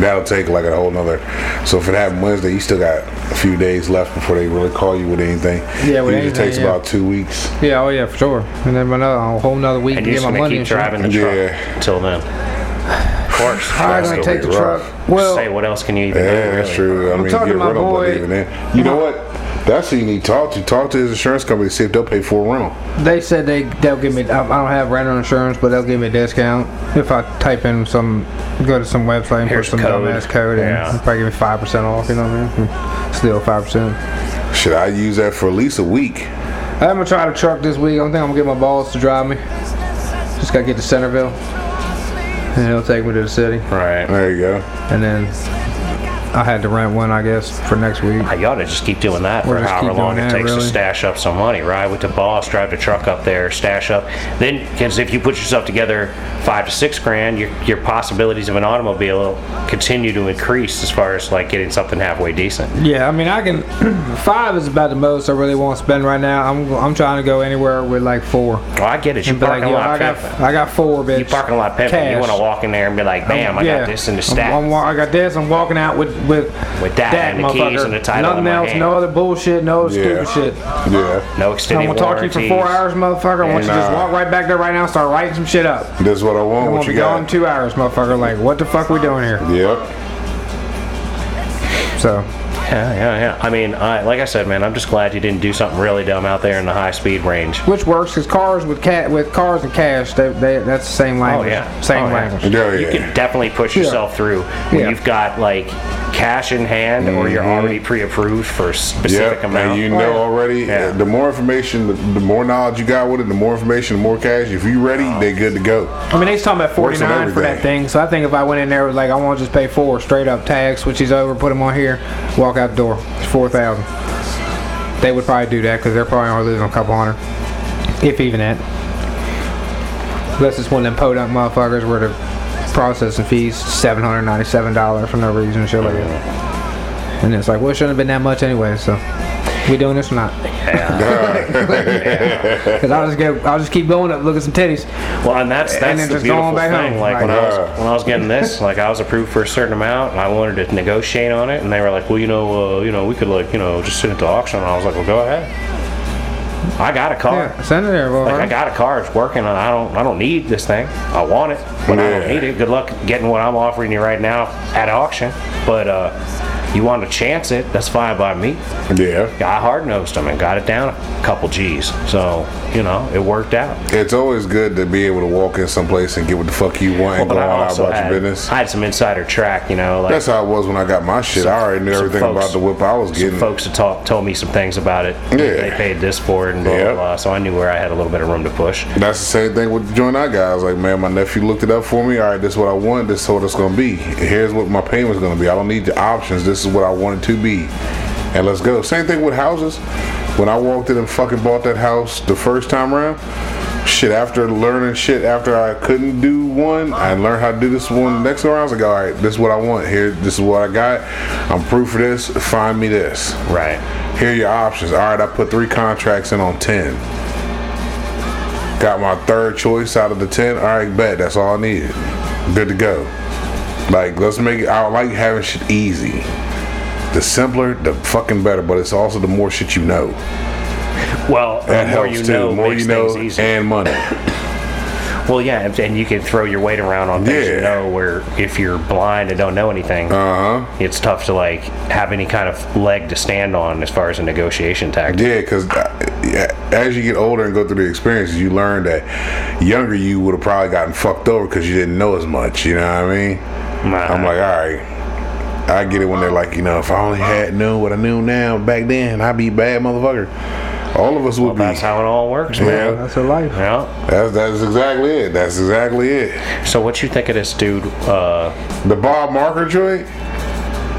[SPEAKER 3] That'll take like a whole nother. So if it happened Wednesday, you still got a few days left before they really call you with anything.
[SPEAKER 2] Yeah, with
[SPEAKER 3] Usually
[SPEAKER 2] anything,
[SPEAKER 3] takes
[SPEAKER 2] yeah.
[SPEAKER 3] about two weeks.
[SPEAKER 2] Yeah. Oh yeah, for sure. And then another a whole another week
[SPEAKER 1] And
[SPEAKER 2] to
[SPEAKER 1] you're
[SPEAKER 2] get
[SPEAKER 1] just
[SPEAKER 2] my
[SPEAKER 1] going to
[SPEAKER 2] money.
[SPEAKER 1] keep
[SPEAKER 2] and shit.
[SPEAKER 1] driving the
[SPEAKER 3] Yeah.
[SPEAKER 1] truck until then. Of course.
[SPEAKER 2] All right, I'm
[SPEAKER 3] That's
[SPEAKER 2] gonna
[SPEAKER 3] gonna
[SPEAKER 2] take
[SPEAKER 3] be
[SPEAKER 2] the
[SPEAKER 3] rough.
[SPEAKER 2] truck. Well,
[SPEAKER 1] Say, what else can you even
[SPEAKER 3] Yeah,
[SPEAKER 1] do?
[SPEAKER 3] that's
[SPEAKER 1] really?
[SPEAKER 3] true. I
[SPEAKER 2] I'm
[SPEAKER 3] mean,
[SPEAKER 2] talking
[SPEAKER 3] get
[SPEAKER 2] to my
[SPEAKER 3] rid of
[SPEAKER 2] boy-
[SPEAKER 3] one even then. You know what? That's who you need to talk to. Talk to his insurance company to see if they'll pay for a rental.
[SPEAKER 2] They said they they'll give me. I, I don't have rental insurance, but they'll give me a discount if I type in some, go to some website and
[SPEAKER 1] Here's
[SPEAKER 2] put some
[SPEAKER 1] code.
[SPEAKER 2] dumbass code
[SPEAKER 1] Yeah.
[SPEAKER 2] and it'll probably give me five percent off. You know what I mean? Hmm. Still five percent.
[SPEAKER 3] Should I use that for at least a week?
[SPEAKER 2] I'm gonna try the truck this week. I don't think I'm gonna get my balls to drive me. Just gotta get to Centerville, and it'll take me to the city.
[SPEAKER 1] Right.
[SPEAKER 3] There you go.
[SPEAKER 2] And then I had to rent one, I guess, for next week.
[SPEAKER 1] You ought to just keep doing that
[SPEAKER 2] Or
[SPEAKER 1] for
[SPEAKER 2] just
[SPEAKER 1] however
[SPEAKER 2] keep doing
[SPEAKER 1] long it
[SPEAKER 2] that,
[SPEAKER 1] takes to
[SPEAKER 2] really.
[SPEAKER 1] stash up some money. Ride with the boss, drive the truck up there, stash up. Then, because if you put yourself together five to six grand, your, your possibilities of an automobile continue to increase as far as like getting something halfway decent.
[SPEAKER 2] Yeah, I mean, I can. five is about the most I really want to spend right now. I'm I'm trying to go anywhere with like four.
[SPEAKER 1] Well, I get it. You
[SPEAKER 2] And be like,
[SPEAKER 1] parking
[SPEAKER 2] yo,
[SPEAKER 1] lot
[SPEAKER 2] I got,
[SPEAKER 1] pimping.
[SPEAKER 2] I got four, bitch.
[SPEAKER 1] You parking lot pimping. You
[SPEAKER 2] Cash.
[SPEAKER 1] want to walk in there and be like, "Damn, I got this in the stack."
[SPEAKER 2] I'm, I'm, wa- I got this. I'm walking out with with,
[SPEAKER 1] With that and the keys
[SPEAKER 2] motherfucker.
[SPEAKER 1] and the title
[SPEAKER 2] Nothing
[SPEAKER 1] in my
[SPEAKER 2] else.
[SPEAKER 1] hand.
[SPEAKER 2] No other bullshit. No other
[SPEAKER 3] Yeah.
[SPEAKER 2] stupid shit.
[SPEAKER 3] Yeah.
[SPEAKER 1] no
[SPEAKER 2] I'm
[SPEAKER 1] extended
[SPEAKER 2] gonna talk to you for
[SPEAKER 1] warranties.
[SPEAKER 2] four hours, motherfucker. I want you to just
[SPEAKER 3] Nah.
[SPEAKER 2] walk right back there right now. and Start writing some shit up.
[SPEAKER 3] That's what I want.
[SPEAKER 2] I'm
[SPEAKER 3] What
[SPEAKER 2] gonna be
[SPEAKER 3] you
[SPEAKER 2] gone
[SPEAKER 3] got?
[SPEAKER 2] two hours, motherfucker. Like, what the fuck we doing here?
[SPEAKER 3] Yep.
[SPEAKER 2] So,
[SPEAKER 1] Yeah, yeah, yeah. I mean, I, like I said, man, I'm just glad you didn't do something really dumb out there in the high speed range.
[SPEAKER 2] which works? Cause cars with cat with cars and cash, they, they that's the same language.
[SPEAKER 1] yeah.
[SPEAKER 2] Same
[SPEAKER 1] Oh, yeah.
[SPEAKER 2] language.
[SPEAKER 3] Yeah,
[SPEAKER 1] You
[SPEAKER 3] yeah.
[SPEAKER 1] can definitely push yourself through when
[SPEAKER 2] Yeah.
[SPEAKER 1] you've got like cash in hand or you're already pre-approved for a specific
[SPEAKER 3] Mm-hmm. Yep.
[SPEAKER 1] amount.
[SPEAKER 3] And you know
[SPEAKER 2] Right.
[SPEAKER 3] already.
[SPEAKER 1] Yeah.
[SPEAKER 3] uh, The more information, the, the more knowledge you got with it, the more information, the more cash. If you ready,
[SPEAKER 1] Oh,
[SPEAKER 3] they good to go.
[SPEAKER 2] I mean, they was talking about
[SPEAKER 3] Works on
[SPEAKER 2] 49 for that
[SPEAKER 3] everything.
[SPEAKER 2] thing. So I think if I went in there, was like, I want to just pay four straight up tax, which is over, put them on here, walk out the door. It's 4000 They would probably do that because they're probably only losing a couple hundred, if even that. Unless it's one of them podunk motherfuckers where the processing fees seven hundred ninety-seven dollars for no reason, and shit like that. And it's like, well, it shouldn't have been that much anyway. So, we doing this or not? Because I'll just get, I'll just keep going up, looking at some titties.
[SPEAKER 1] Well, and that's
[SPEAKER 2] And
[SPEAKER 1] that's
[SPEAKER 2] then
[SPEAKER 1] the
[SPEAKER 2] just
[SPEAKER 1] beautiful
[SPEAKER 2] going back
[SPEAKER 1] thing.
[SPEAKER 2] home,
[SPEAKER 1] Like
[SPEAKER 2] like-
[SPEAKER 1] when I
[SPEAKER 3] Yeah.
[SPEAKER 1] was when I was getting this, like I was approved for a certain amount, and I wanted to negotiate on it, and they were like, "Well, you know, uh, you know, we could like, you know, just send it to auction." And I was like, "Well, go ahead. I got a car.
[SPEAKER 2] Yeah, send it there, bro.
[SPEAKER 1] Like I got a car. It's working. And I don't I don't need this thing. I want it, but I don't
[SPEAKER 3] Yeah.
[SPEAKER 1] need it. Good luck getting what I'm offering you right now at auction. But uh, you want to chance it? That's fine by me.
[SPEAKER 3] Yeah.
[SPEAKER 1] I hard nosed him and got it down a couple G's. So you know, it worked out.
[SPEAKER 3] It's always good to be able to walk in someplace and get what the fuck you want and
[SPEAKER 1] But
[SPEAKER 3] go
[SPEAKER 1] I
[SPEAKER 3] on out
[SPEAKER 1] also
[SPEAKER 3] about
[SPEAKER 1] had,
[SPEAKER 3] your business.
[SPEAKER 1] I had some insider track, you know, like
[SPEAKER 3] That's how it was when I got my shit. I already knew
[SPEAKER 1] some
[SPEAKER 3] everything
[SPEAKER 1] folks-
[SPEAKER 3] about the whip I was getting.
[SPEAKER 1] folks had talk, told me some things about it.
[SPEAKER 3] Yeah.
[SPEAKER 1] They paid this for it and blah,
[SPEAKER 3] Yep.
[SPEAKER 1] blah, blah. So I knew where I had a little bit of room to push.
[SPEAKER 3] That's the same thing with the joint I got. I was like, man, my nephew looked it up for me. All right, this is what I want. This is what it's going to be. Here's what my payment's going to be. I don't need the options. This is what I want it to be. And let's go. Same thing with houses. When I walked in and fucking bought that house the first time around, shit, after learning shit, after I couldn't do one, I learned how to do this one the next go around. I was like, all right, this is what I want. Here, this is what I got. I'm proof for this. Find me this.
[SPEAKER 1] Right.
[SPEAKER 3] Here are your options. All right, I put three contracts in on 10. Got my third choice out of the 10. All right, bet. That's all I needed. Good to go. Like, let's make it. I like having shit easy. The simpler, the fucking better, but it's also the more shit you know.
[SPEAKER 1] Well,
[SPEAKER 3] That
[SPEAKER 1] the more
[SPEAKER 3] helps
[SPEAKER 1] you
[SPEAKER 3] too.
[SPEAKER 1] know,
[SPEAKER 3] more
[SPEAKER 1] makes
[SPEAKER 3] you know,
[SPEAKER 1] things easier.
[SPEAKER 3] and money.
[SPEAKER 1] well, yeah, and, and you can throw your weight around on things you
[SPEAKER 3] Yeah.
[SPEAKER 1] know. Where if you're blind and don't know anything,
[SPEAKER 3] Uh huh.
[SPEAKER 1] it's tough to like have any kind of leg to stand on as far as a negotiation tactic.
[SPEAKER 3] Yeah, because as you get older and go through the experiences, you learn that younger you would have probably gotten fucked over because you didn't know as much. You know what I mean?
[SPEAKER 1] Nah.
[SPEAKER 3] I'm like, all right. I get it when they're like, you know, if I only had known what I knew now back then, I'd be a bad motherfucker. All of us would be.
[SPEAKER 1] That's how it all works,
[SPEAKER 3] Yeah.
[SPEAKER 1] man.
[SPEAKER 2] That's her life.
[SPEAKER 1] Yeah.
[SPEAKER 3] That's, that's exactly it. That's exactly it.
[SPEAKER 1] So what you think of this dude? Uh,
[SPEAKER 3] The Bob Marker joint,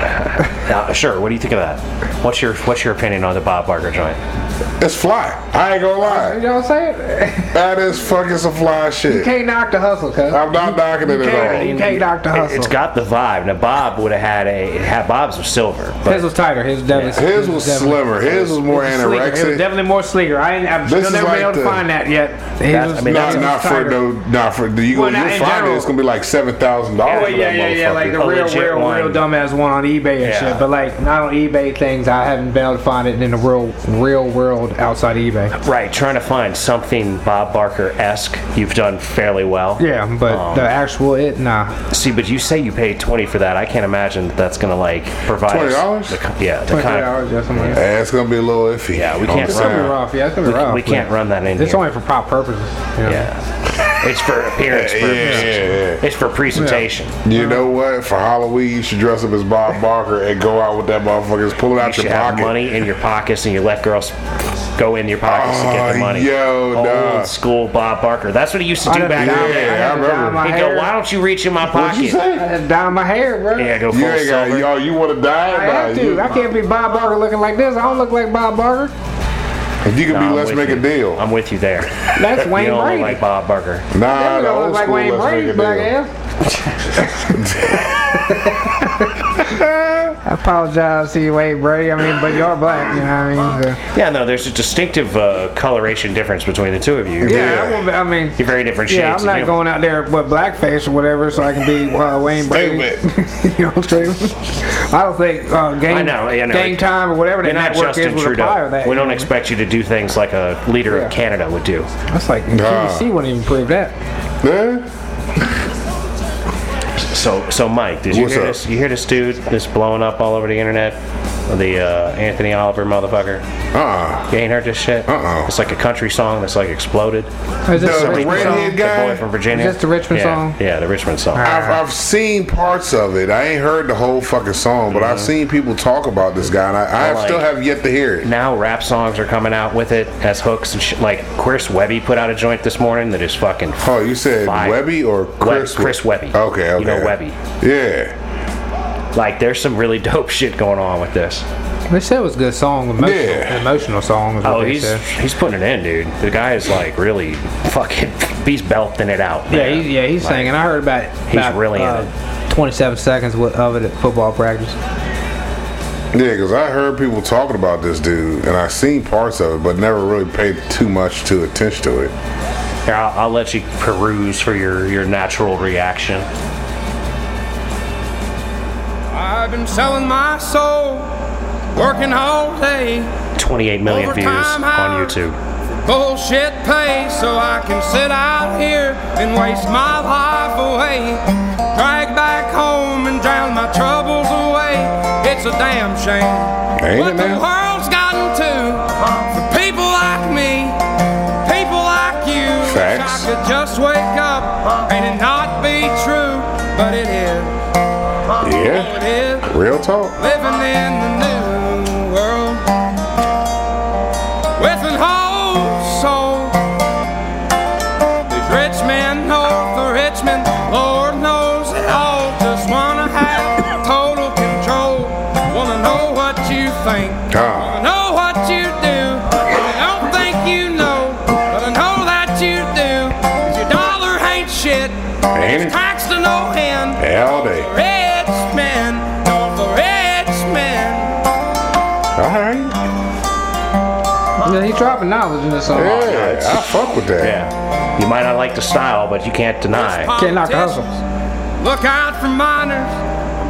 [SPEAKER 1] uh, sure. What do you think of that? What's your What's your opinion on the Bob Barker joint?
[SPEAKER 3] it's fly. I ain't gonna
[SPEAKER 2] You
[SPEAKER 3] lie.
[SPEAKER 2] know what I'm saying?
[SPEAKER 3] That is fucking some fly shit.
[SPEAKER 2] Can't knock the hustle, cuz.
[SPEAKER 3] I'm not knocking it
[SPEAKER 2] can't-
[SPEAKER 3] at
[SPEAKER 2] you
[SPEAKER 3] all.
[SPEAKER 2] can't knock the
[SPEAKER 1] It,
[SPEAKER 2] hustle.
[SPEAKER 1] has got the vibe. Now Bob would have had a it had Bob's was silver,
[SPEAKER 2] His
[SPEAKER 1] but
[SPEAKER 2] was tighter. His definitely.
[SPEAKER 3] His was
[SPEAKER 2] definitely-
[SPEAKER 3] slimmer. His was more
[SPEAKER 2] Sleeker. It was
[SPEAKER 3] anorexic.
[SPEAKER 2] definitely more sleeker. I ain't, I've still
[SPEAKER 3] This is
[SPEAKER 2] never
[SPEAKER 3] like
[SPEAKER 2] been able to
[SPEAKER 3] the-
[SPEAKER 2] find that yet. His
[SPEAKER 1] That's- I mean,
[SPEAKER 2] his
[SPEAKER 3] Not,
[SPEAKER 1] that's-
[SPEAKER 2] was
[SPEAKER 3] not for
[SPEAKER 2] tighter.
[SPEAKER 3] no, not for you. Go,
[SPEAKER 2] Well, not
[SPEAKER 3] you'll
[SPEAKER 2] in
[SPEAKER 3] find
[SPEAKER 2] general.
[SPEAKER 3] it. It's gonna be like seven thousand dollars.
[SPEAKER 2] Oh yeah, yeah, yeah, like the
[SPEAKER 1] A
[SPEAKER 2] real,
[SPEAKER 1] legit
[SPEAKER 2] real, real
[SPEAKER 1] one.
[SPEAKER 2] dumbass one on eBay and
[SPEAKER 1] Yeah.
[SPEAKER 2] shit. But like, not on eBay things. I haven't been able to find it in the real, real world outside eBay.
[SPEAKER 1] right, trying to find something Bob Barker esque. You've done fairly well.
[SPEAKER 2] Yeah, but
[SPEAKER 1] Um,
[SPEAKER 2] the actual it, nah.
[SPEAKER 1] See, but you say you paid twenty for that. I can't imagine that that's gonna like provide us
[SPEAKER 3] $20?
[SPEAKER 1] the ki- Yeah, the
[SPEAKER 2] Twenty
[SPEAKER 1] kind of-
[SPEAKER 2] dollars, yeah, something like that.
[SPEAKER 3] Yeah, it's gonna be a little iffy.
[SPEAKER 1] Yeah, we
[SPEAKER 3] You know
[SPEAKER 1] can't
[SPEAKER 3] what
[SPEAKER 2] It's
[SPEAKER 3] I'm
[SPEAKER 2] gonna be
[SPEAKER 3] saying?
[SPEAKER 2] rough. Yeah, it's gonna be rough.
[SPEAKER 1] we can't
[SPEAKER 2] but
[SPEAKER 1] run that in
[SPEAKER 2] Oh, It's
[SPEAKER 1] here.
[SPEAKER 2] only for prop purposes. you know.
[SPEAKER 1] yeah, it's for appearance
[SPEAKER 3] Yeah,
[SPEAKER 1] purposes.
[SPEAKER 3] yeah, yeah.
[SPEAKER 1] It's for presentation.
[SPEAKER 3] You know what? For Halloween, you should dress up as Bob Barker and go out with that motherfucker. Just pull it
[SPEAKER 1] You
[SPEAKER 3] out
[SPEAKER 1] should
[SPEAKER 3] your
[SPEAKER 1] have
[SPEAKER 3] pocket.
[SPEAKER 1] money in your pockets, and you let girls go in your pockets to get the
[SPEAKER 3] Oh,
[SPEAKER 1] money.
[SPEAKER 3] yo,
[SPEAKER 1] old
[SPEAKER 3] nah.
[SPEAKER 1] school Bob Barker. That's what he used to
[SPEAKER 2] I
[SPEAKER 1] do
[SPEAKER 2] had
[SPEAKER 1] back
[SPEAKER 2] to dye-
[SPEAKER 1] in the
[SPEAKER 3] Yeah,
[SPEAKER 1] day.
[SPEAKER 2] had
[SPEAKER 3] I
[SPEAKER 2] to
[SPEAKER 3] remember.
[SPEAKER 2] dye my
[SPEAKER 3] He'd
[SPEAKER 1] He'd
[SPEAKER 2] hair.
[SPEAKER 1] go, why don't you reach in my pocket?
[SPEAKER 3] What'd you
[SPEAKER 2] I
[SPEAKER 3] say?
[SPEAKER 2] had to dye my hair, bro.
[SPEAKER 1] Yeah, go full
[SPEAKER 3] You ain't got,
[SPEAKER 1] silver.
[SPEAKER 3] yo, you would have died.
[SPEAKER 2] I
[SPEAKER 3] by
[SPEAKER 2] have
[SPEAKER 3] it. You,
[SPEAKER 2] to. I can't be Bob Barker looking like this. I don't look like Bob Barker.
[SPEAKER 3] if you could
[SPEAKER 1] Nah,
[SPEAKER 3] be,
[SPEAKER 1] I'm
[SPEAKER 3] let's
[SPEAKER 1] with
[SPEAKER 3] make
[SPEAKER 1] you.
[SPEAKER 3] a deal.
[SPEAKER 1] I'm with you there. You
[SPEAKER 2] That's Wayne
[SPEAKER 1] don't look
[SPEAKER 2] Brady.
[SPEAKER 1] like Bob Barker.
[SPEAKER 3] nah,
[SPEAKER 2] I
[SPEAKER 3] the
[SPEAKER 2] don't
[SPEAKER 3] old
[SPEAKER 2] look like
[SPEAKER 3] school,
[SPEAKER 2] Wayne
[SPEAKER 3] let's
[SPEAKER 2] Brady,
[SPEAKER 3] make a
[SPEAKER 2] black
[SPEAKER 3] deal.
[SPEAKER 2] ass. I apologize to you, Wayne Brady. I mean, but you're black. You know what I mean? So-
[SPEAKER 1] Yeah, no, there's a distinctive uh, coloration difference between the two of you. You're
[SPEAKER 2] yeah,
[SPEAKER 3] Yeah.
[SPEAKER 2] I won't be- I mean,
[SPEAKER 1] You're very different shades.
[SPEAKER 2] yeah, I'm
[SPEAKER 1] of
[SPEAKER 2] not
[SPEAKER 1] you.
[SPEAKER 2] going out there with blackface or whatever, so I can be uh, Wayne Brady. you know what I'm saying? I don't think uh, game
[SPEAKER 1] I know, I know.
[SPEAKER 2] game time or whatever the
[SPEAKER 1] You're not
[SPEAKER 2] network is
[SPEAKER 1] Justin
[SPEAKER 2] would apply to
[SPEAKER 1] Trudeau.
[SPEAKER 2] that.
[SPEAKER 1] We
[SPEAKER 2] you
[SPEAKER 1] don't
[SPEAKER 2] know?
[SPEAKER 1] expect you to do things like a leader
[SPEAKER 2] Yeah.
[SPEAKER 1] of Canada would do.
[SPEAKER 2] That's like
[SPEAKER 3] Nah.
[SPEAKER 2] QVC wouldn't even prove that.
[SPEAKER 3] Yeah?
[SPEAKER 1] So, so Mike, did you
[SPEAKER 3] What's
[SPEAKER 1] hear
[SPEAKER 3] up?
[SPEAKER 1] this? You hear this dude that's blowing up all over the internet? The uh, Anthony Oliver motherfucker.
[SPEAKER 3] Uh-uh.
[SPEAKER 1] You ain't heard this shit?
[SPEAKER 3] Uh-uh.
[SPEAKER 1] It's like a country song that's like exploded.
[SPEAKER 2] Is this a
[SPEAKER 3] No, the
[SPEAKER 2] Richmond
[SPEAKER 3] redhead
[SPEAKER 2] song?
[SPEAKER 3] guy-
[SPEAKER 1] The boy from Virginia.
[SPEAKER 2] Is this the Richmond
[SPEAKER 1] yeah.
[SPEAKER 2] song?
[SPEAKER 1] Yeah, the Richmond song.
[SPEAKER 3] I've, I've seen parts of it. I ain't heard the whole fucking song, but I've seen people talk about this guy, and I, I
[SPEAKER 1] like-
[SPEAKER 3] still have yet to hear it.
[SPEAKER 1] Now rap songs are coming out with it as hooks and shit. Like Chris Webby put out a joint this morning that is fucking. f-
[SPEAKER 3] Oh, you said
[SPEAKER 1] Fire.
[SPEAKER 3] Webby or Chris?
[SPEAKER 1] Web- Chris Webby.
[SPEAKER 3] Okay, okay.
[SPEAKER 1] You know Webby.
[SPEAKER 3] Yeah.
[SPEAKER 1] Like there's some really dope shit going on with this.
[SPEAKER 2] They said it was a good song, emotional,
[SPEAKER 3] Yeah.
[SPEAKER 2] emotional song. Is what
[SPEAKER 1] Oh,
[SPEAKER 2] they
[SPEAKER 1] he's
[SPEAKER 2] said.
[SPEAKER 1] he's putting it in, dude. The guy is like really fucking he's belting it out.
[SPEAKER 2] Yeah,
[SPEAKER 1] man.
[SPEAKER 2] he's, yeah, he's
[SPEAKER 1] Like,
[SPEAKER 2] singing. I heard about it.
[SPEAKER 1] He's
[SPEAKER 2] about,
[SPEAKER 1] really in
[SPEAKER 2] uh, 27 seconds wi- of it at football practice.
[SPEAKER 3] Yeah, because I heard people talking about this dude, and I seen parts of it, but never really paid too much to attention to it.
[SPEAKER 1] Here, I'll, I'll let you peruse for your, your natural reaction.
[SPEAKER 4] I've been selling my soul, working all day,
[SPEAKER 1] 28 million views on
[SPEAKER 4] Overtime hour.
[SPEAKER 1] YouTube.
[SPEAKER 4] bullshit pay, so I can sit out here and waste my life away. Drag back home and drown my troubles away. It's a damn shame.
[SPEAKER 3] Ain't
[SPEAKER 4] what
[SPEAKER 3] it
[SPEAKER 4] the
[SPEAKER 3] now?
[SPEAKER 4] world's gotten to for people like me, people like you. Wish
[SPEAKER 3] Facts.
[SPEAKER 4] I could just wake up and it not be true, but it is. It
[SPEAKER 3] Yeah,
[SPEAKER 4] is
[SPEAKER 3] real talk.
[SPEAKER 4] living in the new world with an whole soul. These rich men north of Richmond, Lord knows it all. Just wanna have total control. Wanna know what you think.
[SPEAKER 3] Ah,
[SPEAKER 4] Know what you do. I don't think you know, but I know that you do. 'Cause your dollar ain't shit.
[SPEAKER 3] ain't
[SPEAKER 4] It's
[SPEAKER 3] it?
[SPEAKER 4] taxed to no end.
[SPEAKER 3] All day.
[SPEAKER 4] Rich man, no, the rich man.
[SPEAKER 3] All right.
[SPEAKER 2] Yeah, he's dropping knowledge in this song.
[SPEAKER 3] Yeah, I fuck with that.
[SPEAKER 1] Yeah. You might not like the style, but you can't deny.
[SPEAKER 2] Can't knock the hustle.
[SPEAKER 4] Politicians, Look out for miners,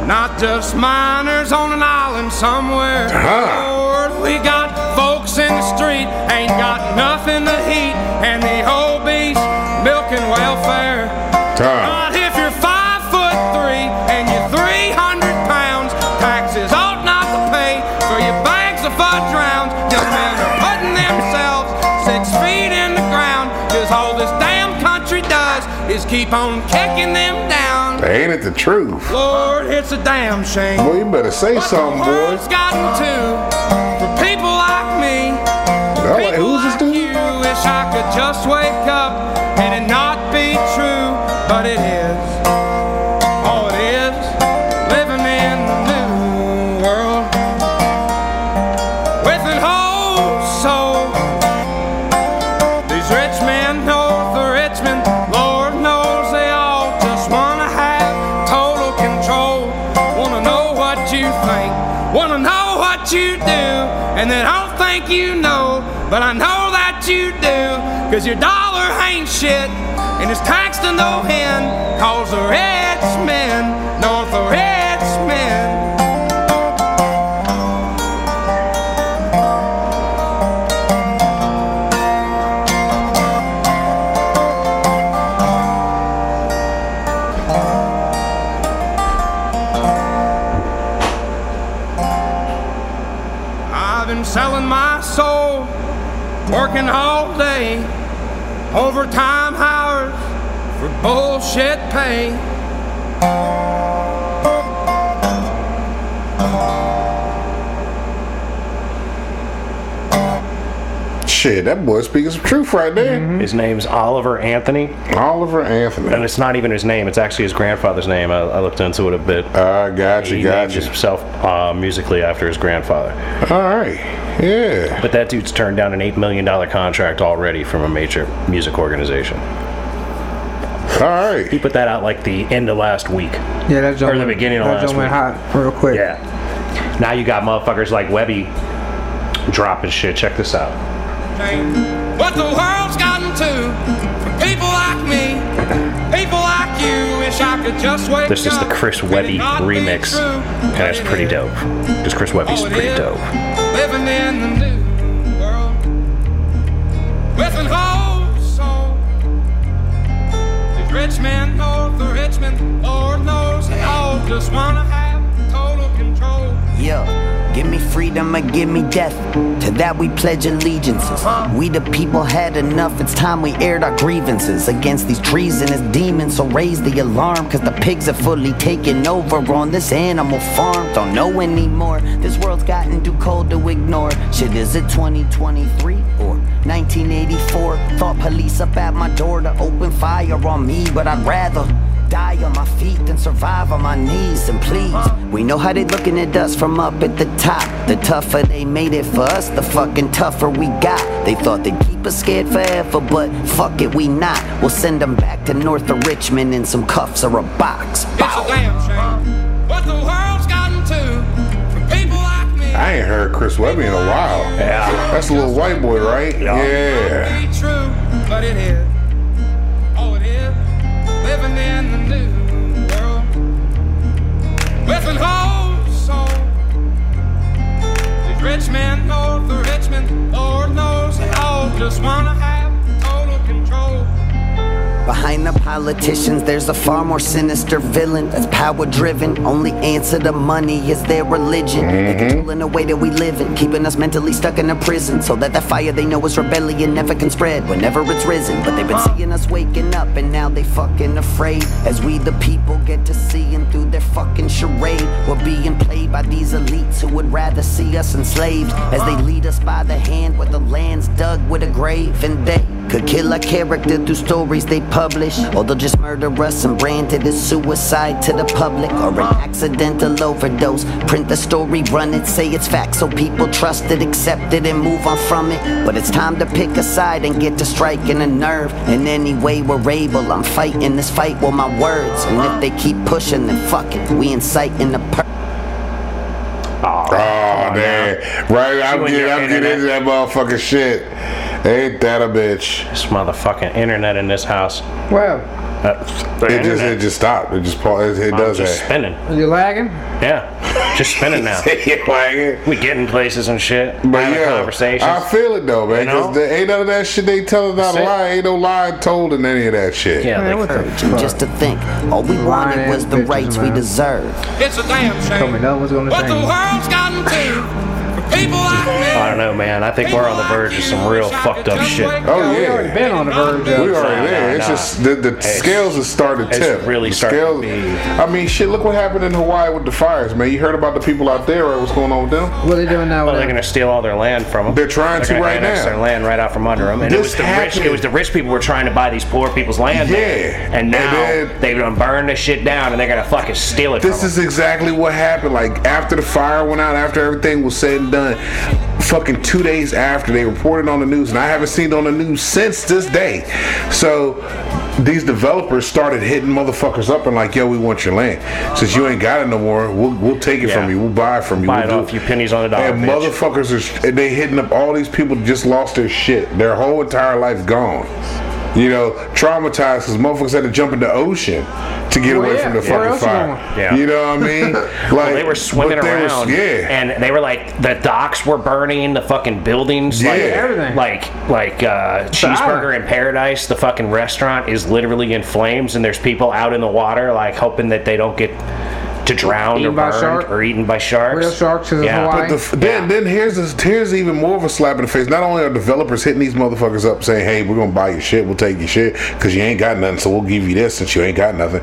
[SPEAKER 4] not just miners on an island somewhere.
[SPEAKER 2] Uh-huh.
[SPEAKER 3] Huh.
[SPEAKER 4] Lord, we got folks in the street, ain't got nothing to eat, and the obese milking welfare.
[SPEAKER 3] Time.
[SPEAKER 4] Not if you're five foot three and you're 300 pounds. Taxes ought not to pay for your bags of fudge rounds. Young men are putting themselves six feet in the ground. Cause all this damn country does is keep on kicking them down.
[SPEAKER 3] Ain't it the truth?
[SPEAKER 4] Lord, it's a damn shame.
[SPEAKER 3] Well, you better say
[SPEAKER 4] What
[SPEAKER 3] something,
[SPEAKER 4] the world's
[SPEAKER 3] boys.
[SPEAKER 4] gotten to for people like me.
[SPEAKER 3] I'm like,
[SPEAKER 4] People
[SPEAKER 3] who's this
[SPEAKER 4] like
[SPEAKER 3] dude?
[SPEAKER 4] you wish I could just wake up and it not be true, but it is. Oh, it is. Living in the new world with an whole soul. These rich men know the Richmond, Lord knows they all just wanna have total control. Wanna know what you think, wanna know what you do, and they don't think you know, but I know that you do, cause your dollar ain't shit, and it's taxed to no end, cause the rich men know the rich men. I've been selling my soul, working all day, overtime hours for bullshit pay.
[SPEAKER 3] Shit, that boy's speaking some truth right there.
[SPEAKER 1] His name's Oliver Anthony,
[SPEAKER 3] Oliver Anthony.
[SPEAKER 1] and it's not even his name. It's actually his grandfather's name. I, I looked into it a bit.
[SPEAKER 3] I got you,
[SPEAKER 1] he
[SPEAKER 3] got
[SPEAKER 1] named
[SPEAKER 3] you.
[SPEAKER 1] himself uh, musically after his grandfather.
[SPEAKER 3] All right. Yeah.
[SPEAKER 1] But that dude's turned down an $8 million contract already from a major music organization.
[SPEAKER 3] All right.
[SPEAKER 1] He put that out like the end of last week.
[SPEAKER 2] Yeah, that jump.
[SPEAKER 1] Or the beginning of
[SPEAKER 2] That
[SPEAKER 1] last
[SPEAKER 2] jump went
[SPEAKER 1] week.
[SPEAKER 2] hot real quick.
[SPEAKER 1] Yeah. Now you got motherfuckers like Webby dropping shit. Check this out.
[SPEAKER 4] change. What the world's gotten to for people like me, people like you. Wish I could just wake
[SPEAKER 1] This is the
[SPEAKER 4] up
[SPEAKER 1] Chris
[SPEAKER 4] and it
[SPEAKER 1] Webby
[SPEAKER 4] not be
[SPEAKER 1] remix,
[SPEAKER 4] true,
[SPEAKER 1] and
[SPEAKER 4] but
[SPEAKER 1] it's
[SPEAKER 4] it
[SPEAKER 1] pretty
[SPEAKER 4] is.
[SPEAKER 1] dope. Because Chris Webby's
[SPEAKER 4] Oh, it
[SPEAKER 1] pretty
[SPEAKER 4] is.
[SPEAKER 1] dope.
[SPEAKER 4] Living in the new world with an old soul. These rich men know the rich men, Lord knows they all just wanna have total control.
[SPEAKER 5] Yeah, give me freedom or give me death. To that we pledge allegiances. We the people had enough, it's time we aired our grievances against these treasonous demons. So raise the alarm, cause the pigs are fully taking over on this animal farm. Don't know anymore, this world's gotten too cold to ignore. Shit, is it 2023 or 1984? Thought police up at my door to open fire on me, but I'd rather. die on my feet than survive on my knees. And please, we know how they looking at us from up at the top. The tougher they made it for us, the fucking tougher we got. They thought they'd keep us scared forever, but fuck it, we not. We'll send them back to north of Richmond in some cuffs or a box.
[SPEAKER 4] It's a damn shame what the world's gotten to from people like me.
[SPEAKER 3] I ain't heard Chris Webby in a while.
[SPEAKER 1] Yeah.
[SPEAKER 3] That's a little white boy, right?
[SPEAKER 1] Yeah.
[SPEAKER 3] Yeah.
[SPEAKER 4] Be true, but it is. Oh, it is. Living in the new world with an old soul. These rich men know the rich men, Lord knows they all just wanna have total control.
[SPEAKER 5] Behind the politicians, there's a far more sinister villain that's power driven. Only answer to money is their religion. They're controlling the way that we live in, keeping us mentally stuck in a prison. So that the fire they know is rebellion never can spread whenever it's risen. But they've been seeing us waking up and now they fucking afraid. As we the people get to seeing through their fucking charade, we're being played by these elites who would rather see us enslaved. As they lead us by the hand where the land's dug with a grave and they could kill our character through stories they publish, or they'll just murder us and brand it as suicide to the public, or an accidental overdose. Print the story, run it, say it's fact so people trust it, accept it, and move on from it. But it's time to pick a side and get to striking a nerve. In any way we're able, I'm fighting this fight with my words. And if they keep pushing, then fuck it, we inciting the per.
[SPEAKER 3] Oh,
[SPEAKER 1] Aw,
[SPEAKER 3] man. Right? I'm
[SPEAKER 1] You and
[SPEAKER 3] getting,
[SPEAKER 1] your
[SPEAKER 3] I'm getting
[SPEAKER 1] internet.
[SPEAKER 3] into that motherfucking shit. Ain't that a bitch?
[SPEAKER 1] This motherfucking internet in this house.
[SPEAKER 2] Well,
[SPEAKER 1] Uh, the
[SPEAKER 3] It just
[SPEAKER 1] internet.
[SPEAKER 3] it just stopped. It just paused. It, it
[SPEAKER 1] I'm
[SPEAKER 3] does
[SPEAKER 1] just
[SPEAKER 3] that.
[SPEAKER 1] spinning.
[SPEAKER 2] you lagging?
[SPEAKER 1] Yeah, just spinning now.
[SPEAKER 3] Yeah, like it.
[SPEAKER 1] We getting places and shit.
[SPEAKER 3] But
[SPEAKER 1] having
[SPEAKER 3] yeah,
[SPEAKER 1] conversations.
[SPEAKER 3] I feel it though, man.
[SPEAKER 1] You know?
[SPEAKER 3] Because ain't none of that shit they telling out
[SPEAKER 1] That's
[SPEAKER 3] a
[SPEAKER 1] it.
[SPEAKER 3] lie. Ain't no lie told in any of that shit.
[SPEAKER 1] yeah,
[SPEAKER 2] Man,
[SPEAKER 1] like,
[SPEAKER 2] what the
[SPEAKER 5] And just to think, all we wanted was the
[SPEAKER 2] Lying bitches,
[SPEAKER 5] rights we
[SPEAKER 2] man.
[SPEAKER 5] deserve.
[SPEAKER 4] It's a damn
[SPEAKER 2] Tell me
[SPEAKER 4] shame
[SPEAKER 2] no one's gonna
[SPEAKER 4] what the
[SPEAKER 2] change.
[SPEAKER 4] world's gotten to from people like me.
[SPEAKER 1] I don't know, man. I think we're on the verge of some real fucked up shit.
[SPEAKER 3] Oh,
[SPEAKER 2] We
[SPEAKER 3] yeah.
[SPEAKER 2] already been on the verge of.
[SPEAKER 3] We already
[SPEAKER 1] Nah,
[SPEAKER 3] there.
[SPEAKER 1] nah,
[SPEAKER 3] it's
[SPEAKER 1] nah.
[SPEAKER 3] just the, the
[SPEAKER 1] It's-
[SPEAKER 3] scales have started
[SPEAKER 1] it's
[SPEAKER 3] to tip.
[SPEAKER 1] really
[SPEAKER 3] the
[SPEAKER 1] starting to
[SPEAKER 3] scales.
[SPEAKER 1] be-
[SPEAKER 3] I mean, shit. Look what happened in Hawaii with the fires, man. You heard about the people out there, right? What's going on with them?
[SPEAKER 2] What are they doing now?
[SPEAKER 1] Well,
[SPEAKER 2] with
[SPEAKER 1] they're
[SPEAKER 2] that?
[SPEAKER 1] going to steal all their land from them.
[SPEAKER 3] They're trying to
[SPEAKER 1] gonna
[SPEAKER 3] right
[SPEAKER 1] annex
[SPEAKER 3] now.
[SPEAKER 1] Their land right out from under them, and it
[SPEAKER 3] This
[SPEAKER 1] was the rich. It
[SPEAKER 3] happened.
[SPEAKER 1] was the rich people were trying to buy these poor people's land. there.
[SPEAKER 3] Yeah.
[SPEAKER 1] and now
[SPEAKER 3] And then-
[SPEAKER 1] they're going to burn this shit down, and they're going to fucking steal it.
[SPEAKER 3] This
[SPEAKER 1] from
[SPEAKER 3] is exactly what happened. Like after the fire went out, after everything was said and done, fucking two days after they reported on the news, and I haven't seen it on the news since this day. So these developers started hitting motherfuckers up and like, yo, we want your land. Since you ain't got it no more, we'll, we'll take it
[SPEAKER 1] Yeah.
[SPEAKER 3] from you. We'll buy it from you.
[SPEAKER 1] buy
[SPEAKER 3] we'll
[SPEAKER 1] it
[SPEAKER 3] do
[SPEAKER 1] off you pennies on the dollar.
[SPEAKER 3] And
[SPEAKER 1] bitch.
[SPEAKER 3] motherfuckers are and they hitting up all these people that just lost their shit. Their whole entire life gone. You know, traumatized because motherfuckers had to jump in the ocean to get
[SPEAKER 2] Well,
[SPEAKER 3] away
[SPEAKER 2] yeah,
[SPEAKER 3] from the
[SPEAKER 2] where
[SPEAKER 3] fucking
[SPEAKER 2] else you
[SPEAKER 3] fire.
[SPEAKER 2] going?
[SPEAKER 1] Yeah.
[SPEAKER 3] You know what I mean? Like
[SPEAKER 1] Well, they were swimming
[SPEAKER 3] but they were-
[SPEAKER 1] around,
[SPEAKER 3] yeah.
[SPEAKER 1] and they were like the docks were burning, the fucking buildings, like
[SPEAKER 3] Yeah.
[SPEAKER 2] Everything.
[SPEAKER 1] like like uh, cheeseburger
[SPEAKER 2] island.
[SPEAKER 1] in paradise. The fucking restaurant is literally in flames, and there's people out in the water, like hoping that they don't get to drown
[SPEAKER 2] Eaten
[SPEAKER 1] or
[SPEAKER 2] by a
[SPEAKER 1] burned
[SPEAKER 2] shark?
[SPEAKER 1] or eaten by sharks.
[SPEAKER 2] Real sharks is
[SPEAKER 1] Yeah.
[SPEAKER 2] Hawaii.
[SPEAKER 3] But the, f- then, then here's this, here's even more of a slap in the face. Not only are developers hitting these motherfuckers up saying, "Hey, we're gonna buy your shit. We'll take your shit because you ain't got nothing, so we'll give you this since you ain't got nothing."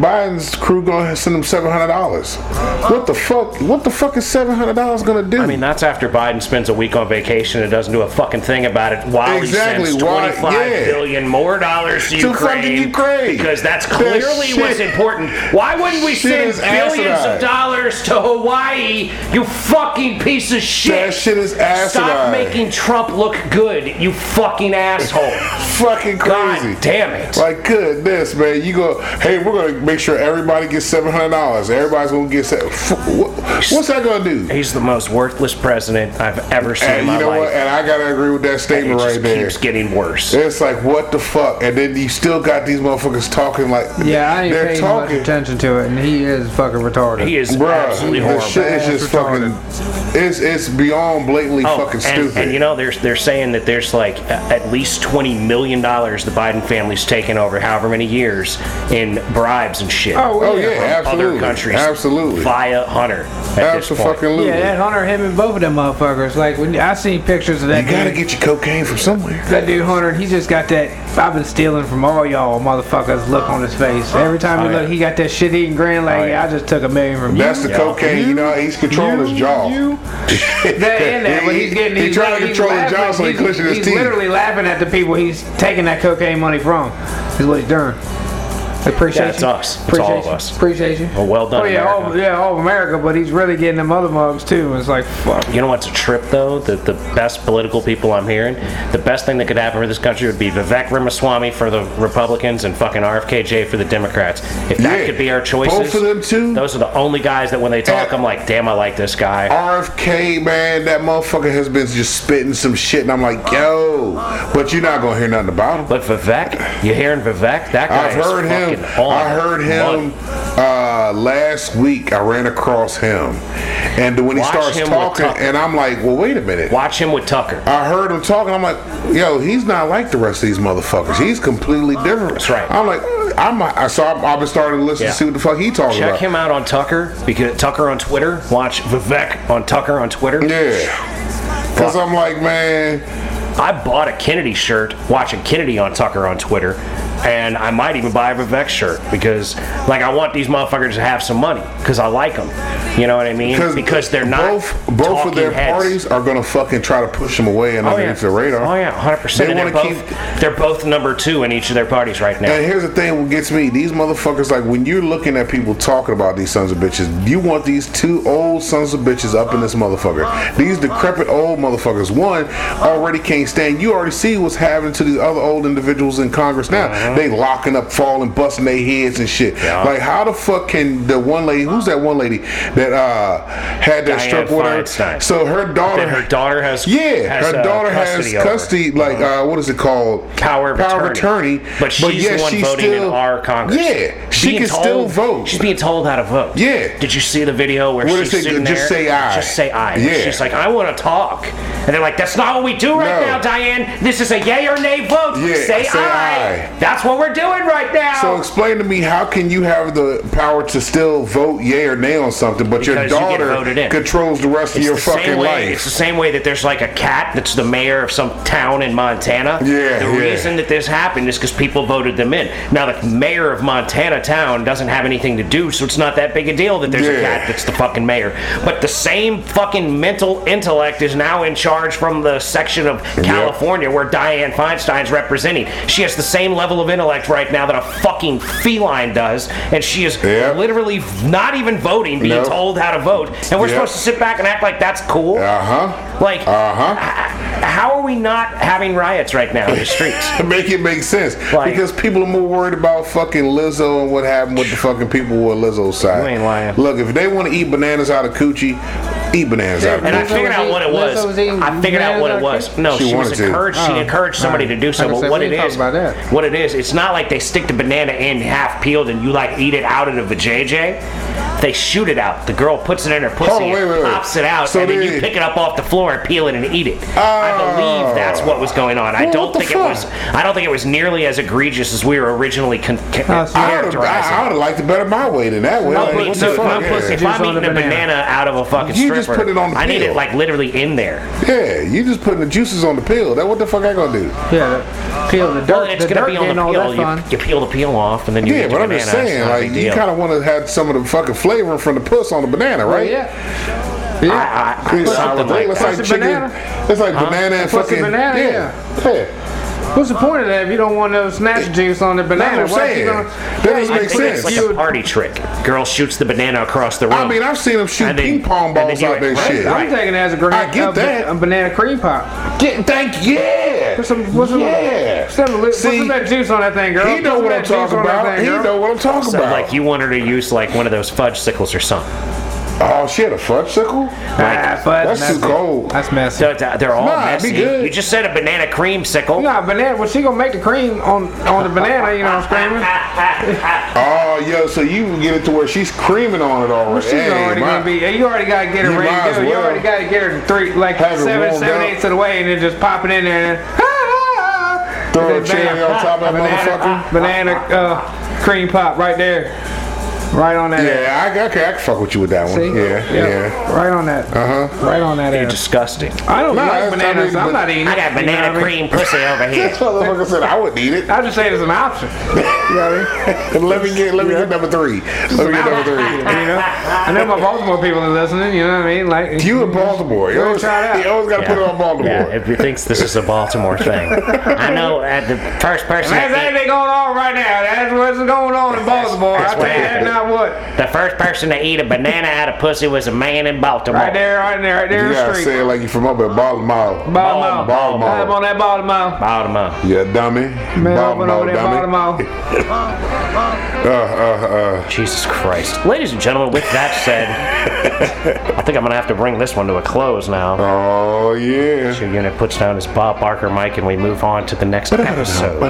[SPEAKER 3] Biden's crew gonna send them seven hundred dollars. What the fuck? What the fuck is seven hundred dollars gonna do?
[SPEAKER 1] I mean, that's after Biden spends a week on vacation and doesn't do a fucking thing about it while
[SPEAKER 3] Exactly,
[SPEAKER 1] he sends
[SPEAKER 3] why-
[SPEAKER 1] twenty five billion
[SPEAKER 3] yeah.
[SPEAKER 1] more dollars to,
[SPEAKER 3] To
[SPEAKER 1] Ukraine,
[SPEAKER 3] fucking Ukraine.
[SPEAKER 1] because that's
[SPEAKER 3] That
[SPEAKER 1] clearly
[SPEAKER 3] shit-
[SPEAKER 1] what's important. Why wouldn't we
[SPEAKER 3] shit
[SPEAKER 1] send
[SPEAKER 3] is
[SPEAKER 1] billions
[SPEAKER 3] asinine.
[SPEAKER 1] of dollars to Hawaii? You fucking piece of shit.
[SPEAKER 3] That shit is asinine.
[SPEAKER 1] Stop making Trump look good, you fucking asshole.
[SPEAKER 3] fucking crazy.
[SPEAKER 1] God damn it.
[SPEAKER 3] Like goodness, man. You go. Hey, we're gonna make sure everybody gets seven hundred dollars. Everybody's gonna get. Se- f- what, what's that gonna do?
[SPEAKER 1] He's the most worthless president I've ever seen in
[SPEAKER 3] And
[SPEAKER 1] my
[SPEAKER 3] you know
[SPEAKER 1] life.
[SPEAKER 3] what? And I gotta agree with that
[SPEAKER 1] it
[SPEAKER 3] statement
[SPEAKER 1] just
[SPEAKER 3] right there.
[SPEAKER 1] keeps getting worse.
[SPEAKER 3] It's like what the fuck, and then you still got these motherfuckers talking like
[SPEAKER 2] yeah, I ain't paying much attention to it, and he is fucking retarded.
[SPEAKER 1] He is
[SPEAKER 3] Bruh,
[SPEAKER 1] absolutely
[SPEAKER 3] the
[SPEAKER 1] horrible.
[SPEAKER 3] shit is just fucking.
[SPEAKER 2] Retarded.
[SPEAKER 3] It's it's beyond blatantly fucking
[SPEAKER 1] Oh, and,
[SPEAKER 3] stupid.
[SPEAKER 1] and you know, there's they're saying that there's like a- at least twenty million dollars the Biden family's taken over however many years in bribes and shit.
[SPEAKER 2] oh,
[SPEAKER 3] oh
[SPEAKER 2] yeah.
[SPEAKER 3] yeah,
[SPEAKER 1] from
[SPEAKER 3] absolutely,
[SPEAKER 1] other countries,
[SPEAKER 3] absolutely,
[SPEAKER 1] via Hunter. At this point.
[SPEAKER 3] absolutely.
[SPEAKER 2] Yeah, that Hunter, him, and both of them motherfuckers. Like, when I seen pictures of that.
[SPEAKER 3] you gotta
[SPEAKER 2] dude.
[SPEAKER 3] get your cocaine from somewhere.
[SPEAKER 2] That dude Hunter, he just got that. I've been stealing from all y'all motherfuckers. Look on his face. Every time you
[SPEAKER 1] Oh, yeah.
[SPEAKER 2] look, he got that shit eating grin. Like,
[SPEAKER 1] Oh, yeah.
[SPEAKER 2] yeah, I just took a million from you.
[SPEAKER 3] That's the
[SPEAKER 1] Yeah.
[SPEAKER 3] cocaine. You know, he's controlling his jaw.
[SPEAKER 2] You, that in there, but he's getting.
[SPEAKER 3] He
[SPEAKER 2] he's
[SPEAKER 3] trying
[SPEAKER 2] like-
[SPEAKER 3] to
[SPEAKER 2] he's
[SPEAKER 3] control his
[SPEAKER 2] laughing.
[SPEAKER 3] jaw, so he
[SPEAKER 2] He's-
[SPEAKER 3] clenching his
[SPEAKER 2] he's
[SPEAKER 3] teeth.
[SPEAKER 2] literally laughing at the people he's taking that cocaine money from. Is what he's doing. Appreciate
[SPEAKER 1] Yeah, it's
[SPEAKER 2] you.
[SPEAKER 1] us. It's
[SPEAKER 2] Appreciate
[SPEAKER 1] all of
[SPEAKER 2] you.
[SPEAKER 1] us.
[SPEAKER 2] Appreciate you.
[SPEAKER 1] Well, well done,
[SPEAKER 2] Oh yeah, all,
[SPEAKER 1] America.
[SPEAKER 2] yeah, all of America. But he's really getting them other mugs too. It's like fuck.
[SPEAKER 1] You know what's a trip though? That the best political people I'm hearing, the best thing that could happen for this country would be Vivek Ramaswamy for the Republicans and fucking RFKJ for the Democrats. If that
[SPEAKER 3] Yeah.
[SPEAKER 1] could be our choices,
[SPEAKER 3] Both of them, too.
[SPEAKER 1] Those are the only guys that when they talk,
[SPEAKER 3] Yeah.
[SPEAKER 1] I'm like, damn, I like this guy.
[SPEAKER 3] RFK, man, that motherfucker has been just spitting some shit, and I'm like, yo, but you're not gonna hear nothing about him.
[SPEAKER 1] But Vivek, you hearing Vivek? That guy
[SPEAKER 3] I've
[SPEAKER 1] is
[SPEAKER 3] heard him.
[SPEAKER 1] fucking on.
[SPEAKER 3] I heard him
[SPEAKER 1] one.
[SPEAKER 3] uh, last week. I ran across him, and when he
[SPEAKER 1] Watch
[SPEAKER 3] starts
[SPEAKER 1] him with
[SPEAKER 3] talking,
[SPEAKER 1] Tucker.
[SPEAKER 3] and I'm like, well, wait a minute.
[SPEAKER 1] Watch him with Tucker.
[SPEAKER 3] I heard him talking. I'm like, yo, he's not like the rest of these motherfuckers. He's completely different.
[SPEAKER 1] That's right.
[SPEAKER 3] I'm like, uh, I'm. I so I'm, I've been starting to listen
[SPEAKER 1] Yeah.
[SPEAKER 3] to see what the fuck he talking
[SPEAKER 1] Check
[SPEAKER 3] about.
[SPEAKER 1] him out on Tucker because Tucker on Twitter. Watch Vivek on Tucker on Twitter.
[SPEAKER 3] Yeah. Cause I'm like, man,
[SPEAKER 1] I bought a Kennedy shirt watching Kennedy on Tucker on Twitter, and I might even buy a Vivek shirt because, like, I want these motherfuckers to have some money because I like them. You know what I mean? Because they're not
[SPEAKER 3] both both
[SPEAKER 1] talking
[SPEAKER 3] of their
[SPEAKER 1] heads.
[SPEAKER 3] parties are gonna fucking try to push him away and
[SPEAKER 1] Oh yeah.
[SPEAKER 3] underneath the radar.
[SPEAKER 1] Oh yeah, hundred percent.
[SPEAKER 3] They
[SPEAKER 1] They're
[SPEAKER 3] wanna
[SPEAKER 1] both they're both number two in each of their parties right now.
[SPEAKER 3] And here's the thing what gets me, these motherfuckers, like when you're looking at people talking about these sons of bitches, you want these two old sons of bitches up in this motherfucker. These decrepit old motherfuckers, one already can't stand. You already see what's happening to these other old individuals in Congress now. They locking up, falling, busting their heads and shit.
[SPEAKER 1] Uh-huh. Yeah.
[SPEAKER 3] Like how the fuck can the one lady who's that one lady that uh had that
[SPEAKER 1] Dianne
[SPEAKER 3] stroke whatever?
[SPEAKER 1] Feinstein.
[SPEAKER 3] So her daughter
[SPEAKER 1] That her daughter has
[SPEAKER 3] Yeah,
[SPEAKER 1] has,
[SPEAKER 3] her
[SPEAKER 1] uh,
[SPEAKER 3] daughter
[SPEAKER 1] custody
[SPEAKER 3] has
[SPEAKER 1] over. Uh-huh.
[SPEAKER 3] custody like uh what is it called?
[SPEAKER 1] Power of attorney.
[SPEAKER 3] attorney,
[SPEAKER 1] But she's
[SPEAKER 3] yet
[SPEAKER 1] the one
[SPEAKER 3] she's
[SPEAKER 1] voting in our Congress.
[SPEAKER 3] Yeah, she
[SPEAKER 1] Being
[SPEAKER 3] can
[SPEAKER 1] told-
[SPEAKER 3] still vote.
[SPEAKER 1] She's being told how to vote.
[SPEAKER 3] Yeah.
[SPEAKER 1] Did you see the video where
[SPEAKER 3] What
[SPEAKER 1] she's
[SPEAKER 3] does it-
[SPEAKER 1] sitting
[SPEAKER 3] just
[SPEAKER 1] there?
[SPEAKER 3] say aye.
[SPEAKER 1] Just say aye.
[SPEAKER 3] Yeah.
[SPEAKER 1] She's like, I want to talk. And they're like, that's not what we do right
[SPEAKER 3] No.
[SPEAKER 1] now, Diane. This is a yay or nay vote.
[SPEAKER 3] Yeah,
[SPEAKER 1] say,
[SPEAKER 3] say
[SPEAKER 1] aye.
[SPEAKER 3] aye.
[SPEAKER 1] That's what we're doing right now.
[SPEAKER 3] so explain to me how can you have the power to still vote yay or nay on something, but your
[SPEAKER 1] Because you get
[SPEAKER 3] daughter
[SPEAKER 1] voted in.
[SPEAKER 3] controls the rest of
[SPEAKER 1] It's
[SPEAKER 3] your
[SPEAKER 1] the
[SPEAKER 3] fucking
[SPEAKER 1] same way, It's the
[SPEAKER 3] life?
[SPEAKER 1] same way that there's like a cat that's the mayor of some town in Montana.
[SPEAKER 3] Yeah,
[SPEAKER 1] The
[SPEAKER 3] yeah.
[SPEAKER 1] reason that this happened is because people voted them in. Now the mayor of Montana town doesn't have anything to do, so it's not that big a deal that there's a
[SPEAKER 3] Yeah.
[SPEAKER 1] cat that's the fucking mayor. But the same fucking mental intellect is now in charge from the section of California where Dianne Feinstein's representing. She has the same level of intellect right now that a fucking feline does, and she is
[SPEAKER 3] Yep.
[SPEAKER 1] literally not even voting, being
[SPEAKER 3] Nope.
[SPEAKER 1] told how to vote, and we're
[SPEAKER 3] Yep.
[SPEAKER 1] supposed to sit back and act like that's cool?
[SPEAKER 3] Uh huh.
[SPEAKER 1] Like,
[SPEAKER 3] Uh huh.
[SPEAKER 1] h- how are we not having riots right now in the streets?
[SPEAKER 3] Make it make sense
[SPEAKER 1] Like-
[SPEAKER 3] because people are more worried about fucking Lizzo and what happened with the fucking people with Lizzo's side.
[SPEAKER 1] You ain't lying.
[SPEAKER 3] Look, if they want to eat bananas out of coochie, eat bananas out of
[SPEAKER 1] And I
[SPEAKER 3] coochie.
[SPEAKER 1] figured out what it was.
[SPEAKER 2] Lizzo was eating
[SPEAKER 1] I figured out what it was. No,
[SPEAKER 3] She
[SPEAKER 1] she, was
[SPEAKER 3] wanted to.
[SPEAKER 1] encouraged. She
[SPEAKER 2] Oh,
[SPEAKER 1] encouraged somebody
[SPEAKER 2] alright.
[SPEAKER 1] to do so.
[SPEAKER 2] Like I
[SPEAKER 1] But
[SPEAKER 2] said,
[SPEAKER 1] what
[SPEAKER 2] we
[SPEAKER 1] it
[SPEAKER 2] ain't
[SPEAKER 1] is,
[SPEAKER 2] talking about that.
[SPEAKER 1] what it is, it's not like they stick the banana in half peeled and you like eat it out of the vajayjay. They shoot it out. The girl puts it in her pussy,
[SPEAKER 3] Oh, wait,
[SPEAKER 1] and
[SPEAKER 3] wait, wait.
[SPEAKER 1] pops it out,
[SPEAKER 3] So
[SPEAKER 1] and then
[SPEAKER 3] they-
[SPEAKER 1] you pick it up off the floor and peel it and eat it. I
[SPEAKER 3] Oh.
[SPEAKER 1] believe that's what was going on. I
[SPEAKER 3] Well,
[SPEAKER 1] don't
[SPEAKER 3] what the
[SPEAKER 1] think it was.
[SPEAKER 3] fuck?
[SPEAKER 1] I don't think it was nearly as egregious as we were originally con- con-
[SPEAKER 2] Oh, so-
[SPEAKER 3] I would
[SPEAKER 1] characterizing.
[SPEAKER 3] have liked it better my way than that way.
[SPEAKER 1] No,
[SPEAKER 3] Like,
[SPEAKER 1] but
[SPEAKER 3] what
[SPEAKER 1] no,
[SPEAKER 3] the fuck?
[SPEAKER 1] no,
[SPEAKER 3] Yeah.
[SPEAKER 1] pussy. If
[SPEAKER 2] Juice
[SPEAKER 1] I'm
[SPEAKER 2] on
[SPEAKER 1] eating
[SPEAKER 2] the
[SPEAKER 1] a banana.
[SPEAKER 2] banana.
[SPEAKER 1] out of a fucking
[SPEAKER 3] You
[SPEAKER 1] stripper,
[SPEAKER 3] just put it on the
[SPEAKER 1] I need it
[SPEAKER 3] peel.
[SPEAKER 1] like literally in there.
[SPEAKER 3] Yeah, you just putting the juices on the pill. That what the fuck I gonna do?
[SPEAKER 2] Yeah, peel the dirt.
[SPEAKER 1] Well, it's
[SPEAKER 2] the
[SPEAKER 1] gonna
[SPEAKER 2] dirt
[SPEAKER 1] be on
[SPEAKER 2] getting
[SPEAKER 1] the
[SPEAKER 2] all
[SPEAKER 1] peel.
[SPEAKER 2] that
[SPEAKER 1] You,
[SPEAKER 2] fun.
[SPEAKER 1] you peel the peel off, and then you
[SPEAKER 3] Yeah,
[SPEAKER 1] eat
[SPEAKER 3] but
[SPEAKER 1] the
[SPEAKER 3] I'm
[SPEAKER 1] banana.
[SPEAKER 3] just
[SPEAKER 1] It's
[SPEAKER 3] saying,
[SPEAKER 1] not a
[SPEAKER 3] like
[SPEAKER 1] big
[SPEAKER 3] you
[SPEAKER 1] deal.
[SPEAKER 3] kind of want to have some of the fucking flavoring from the puss on the banana, right?
[SPEAKER 2] Yeah,
[SPEAKER 1] I- I- I-
[SPEAKER 3] It's
[SPEAKER 1] something
[SPEAKER 3] sour-
[SPEAKER 1] like
[SPEAKER 3] it's
[SPEAKER 1] that.
[SPEAKER 2] Pussy
[SPEAKER 3] chicken.
[SPEAKER 2] banana?
[SPEAKER 3] It's like banana and
[SPEAKER 2] Pussy
[SPEAKER 3] fucking
[SPEAKER 2] banana,
[SPEAKER 3] yeah. yeah.
[SPEAKER 2] what's the point of that if you don't want no snatch juice on the banana?
[SPEAKER 3] what I'm
[SPEAKER 2] Why you
[SPEAKER 3] saying.
[SPEAKER 2] gonna-
[SPEAKER 3] That doesn't
[SPEAKER 1] I
[SPEAKER 3] make
[SPEAKER 1] think
[SPEAKER 3] sense.
[SPEAKER 1] it's like a party trick. Girl shoots the banana across the room.
[SPEAKER 3] I mean, I've seen them shoot
[SPEAKER 1] And then-
[SPEAKER 3] ping pong
[SPEAKER 1] and then
[SPEAKER 3] balls
[SPEAKER 1] you-
[SPEAKER 3] out there and
[SPEAKER 1] right,
[SPEAKER 3] shit.
[SPEAKER 1] right.
[SPEAKER 2] I'm taking it as a grand,
[SPEAKER 3] I get
[SPEAKER 2] a ba-
[SPEAKER 3] that.
[SPEAKER 2] a banana cream pop.
[SPEAKER 3] Get, thank yeah.
[SPEAKER 2] Put some, what's some,
[SPEAKER 3] yeah.
[SPEAKER 2] some, li- put
[SPEAKER 3] See,
[SPEAKER 2] some of that juice on that thing, girl.
[SPEAKER 3] he
[SPEAKER 2] Put
[SPEAKER 3] know
[SPEAKER 2] some
[SPEAKER 3] what
[SPEAKER 2] of
[SPEAKER 3] I'm
[SPEAKER 2] that juice
[SPEAKER 3] talking
[SPEAKER 2] on that
[SPEAKER 3] about.
[SPEAKER 2] thing,
[SPEAKER 3] He
[SPEAKER 2] girl.
[SPEAKER 3] know what I'm talking
[SPEAKER 1] so,
[SPEAKER 3] about.
[SPEAKER 1] like you want her to use like one of those fudge sickles or something.
[SPEAKER 3] oh, she had a fudgesicle.
[SPEAKER 2] Ah, but
[SPEAKER 3] That's too cold.
[SPEAKER 2] That's messy.
[SPEAKER 1] They're, uh, they're all
[SPEAKER 3] Nah, it'd be
[SPEAKER 1] messy.
[SPEAKER 3] good.
[SPEAKER 1] You just said a banana cream sickle.
[SPEAKER 2] Nah, banana. Well, she gonna make the cream on on the banana. You know what I'm
[SPEAKER 3] Oh, yo, so you can get it to where she's creaming on it already.
[SPEAKER 2] screaming? She's
[SPEAKER 3] Hey,
[SPEAKER 2] already
[SPEAKER 3] my-
[SPEAKER 2] gonna be. You already gotta get her
[SPEAKER 3] You might
[SPEAKER 2] ready.
[SPEAKER 3] as
[SPEAKER 2] to go. You
[SPEAKER 3] well.
[SPEAKER 2] already gotta get her three, like
[SPEAKER 3] Have it
[SPEAKER 2] seven,
[SPEAKER 3] warmed
[SPEAKER 2] seven
[SPEAKER 3] up.
[SPEAKER 2] eighths of the way, and then just pop it in there. And then, Then
[SPEAKER 3] Throw a cherry
[SPEAKER 2] bam.
[SPEAKER 3] on top of that
[SPEAKER 2] banana,
[SPEAKER 3] motherfucker.
[SPEAKER 2] banana uh, cream pop right there. Right on that. ass.
[SPEAKER 3] Yeah, I, okay, I can fuck with you with that one.
[SPEAKER 2] See?
[SPEAKER 3] Yeah, yeah.
[SPEAKER 2] Right on that.
[SPEAKER 3] Uh huh.
[SPEAKER 2] Right on that
[SPEAKER 1] You're
[SPEAKER 2] ass.
[SPEAKER 1] disgusting.
[SPEAKER 2] I don't
[SPEAKER 3] No,
[SPEAKER 2] like
[SPEAKER 3] that's- I mean,
[SPEAKER 2] bananas. I'm
[SPEAKER 3] but-
[SPEAKER 2] not eating.
[SPEAKER 1] I
[SPEAKER 2] it,
[SPEAKER 1] got
[SPEAKER 2] you know what I
[SPEAKER 1] banana
[SPEAKER 2] mean?
[SPEAKER 1] cream pussy over here.
[SPEAKER 3] This motherfucker said I wouldn't eat it.
[SPEAKER 2] I just say it as an option. You know what I mean?
[SPEAKER 3] let me get let me get number three. Let me get number three.
[SPEAKER 2] You know? I know my Baltimore people are listening. You know what I mean? Like
[SPEAKER 3] You in Baltimore? You
[SPEAKER 2] Go
[SPEAKER 3] always,
[SPEAKER 2] try it out.
[SPEAKER 3] you always got to put it on Baltimore.
[SPEAKER 1] Yeah, if he thinks this is a Baltimore thing. I know uh, the first person.
[SPEAKER 2] That's
[SPEAKER 1] that
[SPEAKER 2] anything going on right now. That's what's going on in Baltimore. I tell you, that's not what.
[SPEAKER 1] ate, the first person to eat a banana out of pussy was a man in Baltimore.
[SPEAKER 2] Right there, right there, right there
[SPEAKER 3] You
[SPEAKER 2] in the
[SPEAKER 3] gotta say
[SPEAKER 2] street.
[SPEAKER 3] it like you from up in Baltimore.
[SPEAKER 2] Baltimore.
[SPEAKER 3] Baltimore.
[SPEAKER 2] I'm on that Baltimore.
[SPEAKER 1] Baltimore.
[SPEAKER 3] Yeah, dummy.
[SPEAKER 2] Man, I'm
[SPEAKER 3] Baltimore,
[SPEAKER 2] on that
[SPEAKER 3] dummy.
[SPEAKER 2] Baltimore.
[SPEAKER 3] Uh, uh, uh.
[SPEAKER 1] Jesus Christ. Ladies and gentlemen, with that said, I think I'm going to have to bring this one to a close now.
[SPEAKER 3] Oh yeah.
[SPEAKER 1] Your unit puts down his Bob Barker mic and we move on to the next episode.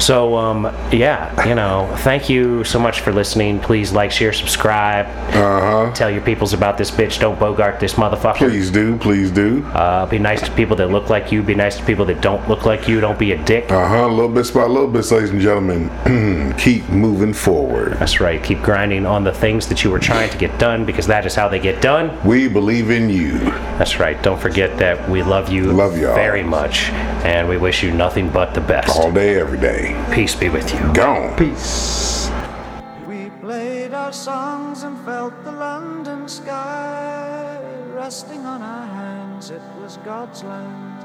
[SPEAKER 1] So, um, yeah, you know, thank you so much for listening. Please like, share, subscribe.
[SPEAKER 3] Uh huh.
[SPEAKER 1] Tell your peoples about this bitch. Don't bogart this motherfucker.
[SPEAKER 3] Please do, please do.
[SPEAKER 1] Uh, be nice to people that look like you. Be nice to people that don't look like you. Don't be a dick.
[SPEAKER 3] Uh huh. Little bit by little bit, ladies and gentlemen. Keep moving forward.
[SPEAKER 1] That's right. Keep grinding on the things that you were trying to get done because that is how they get done.
[SPEAKER 3] We believe in you.
[SPEAKER 1] That's right. Don't forget that we love you
[SPEAKER 3] Love y'all. Oh.
[SPEAKER 1] very much and we wish you nothing but the best.
[SPEAKER 3] All day, every day.
[SPEAKER 1] Peace be with you.
[SPEAKER 3] Gone.
[SPEAKER 2] Peace.
[SPEAKER 6] We played our songs and felt the London sky resting on our hands. It was God's land.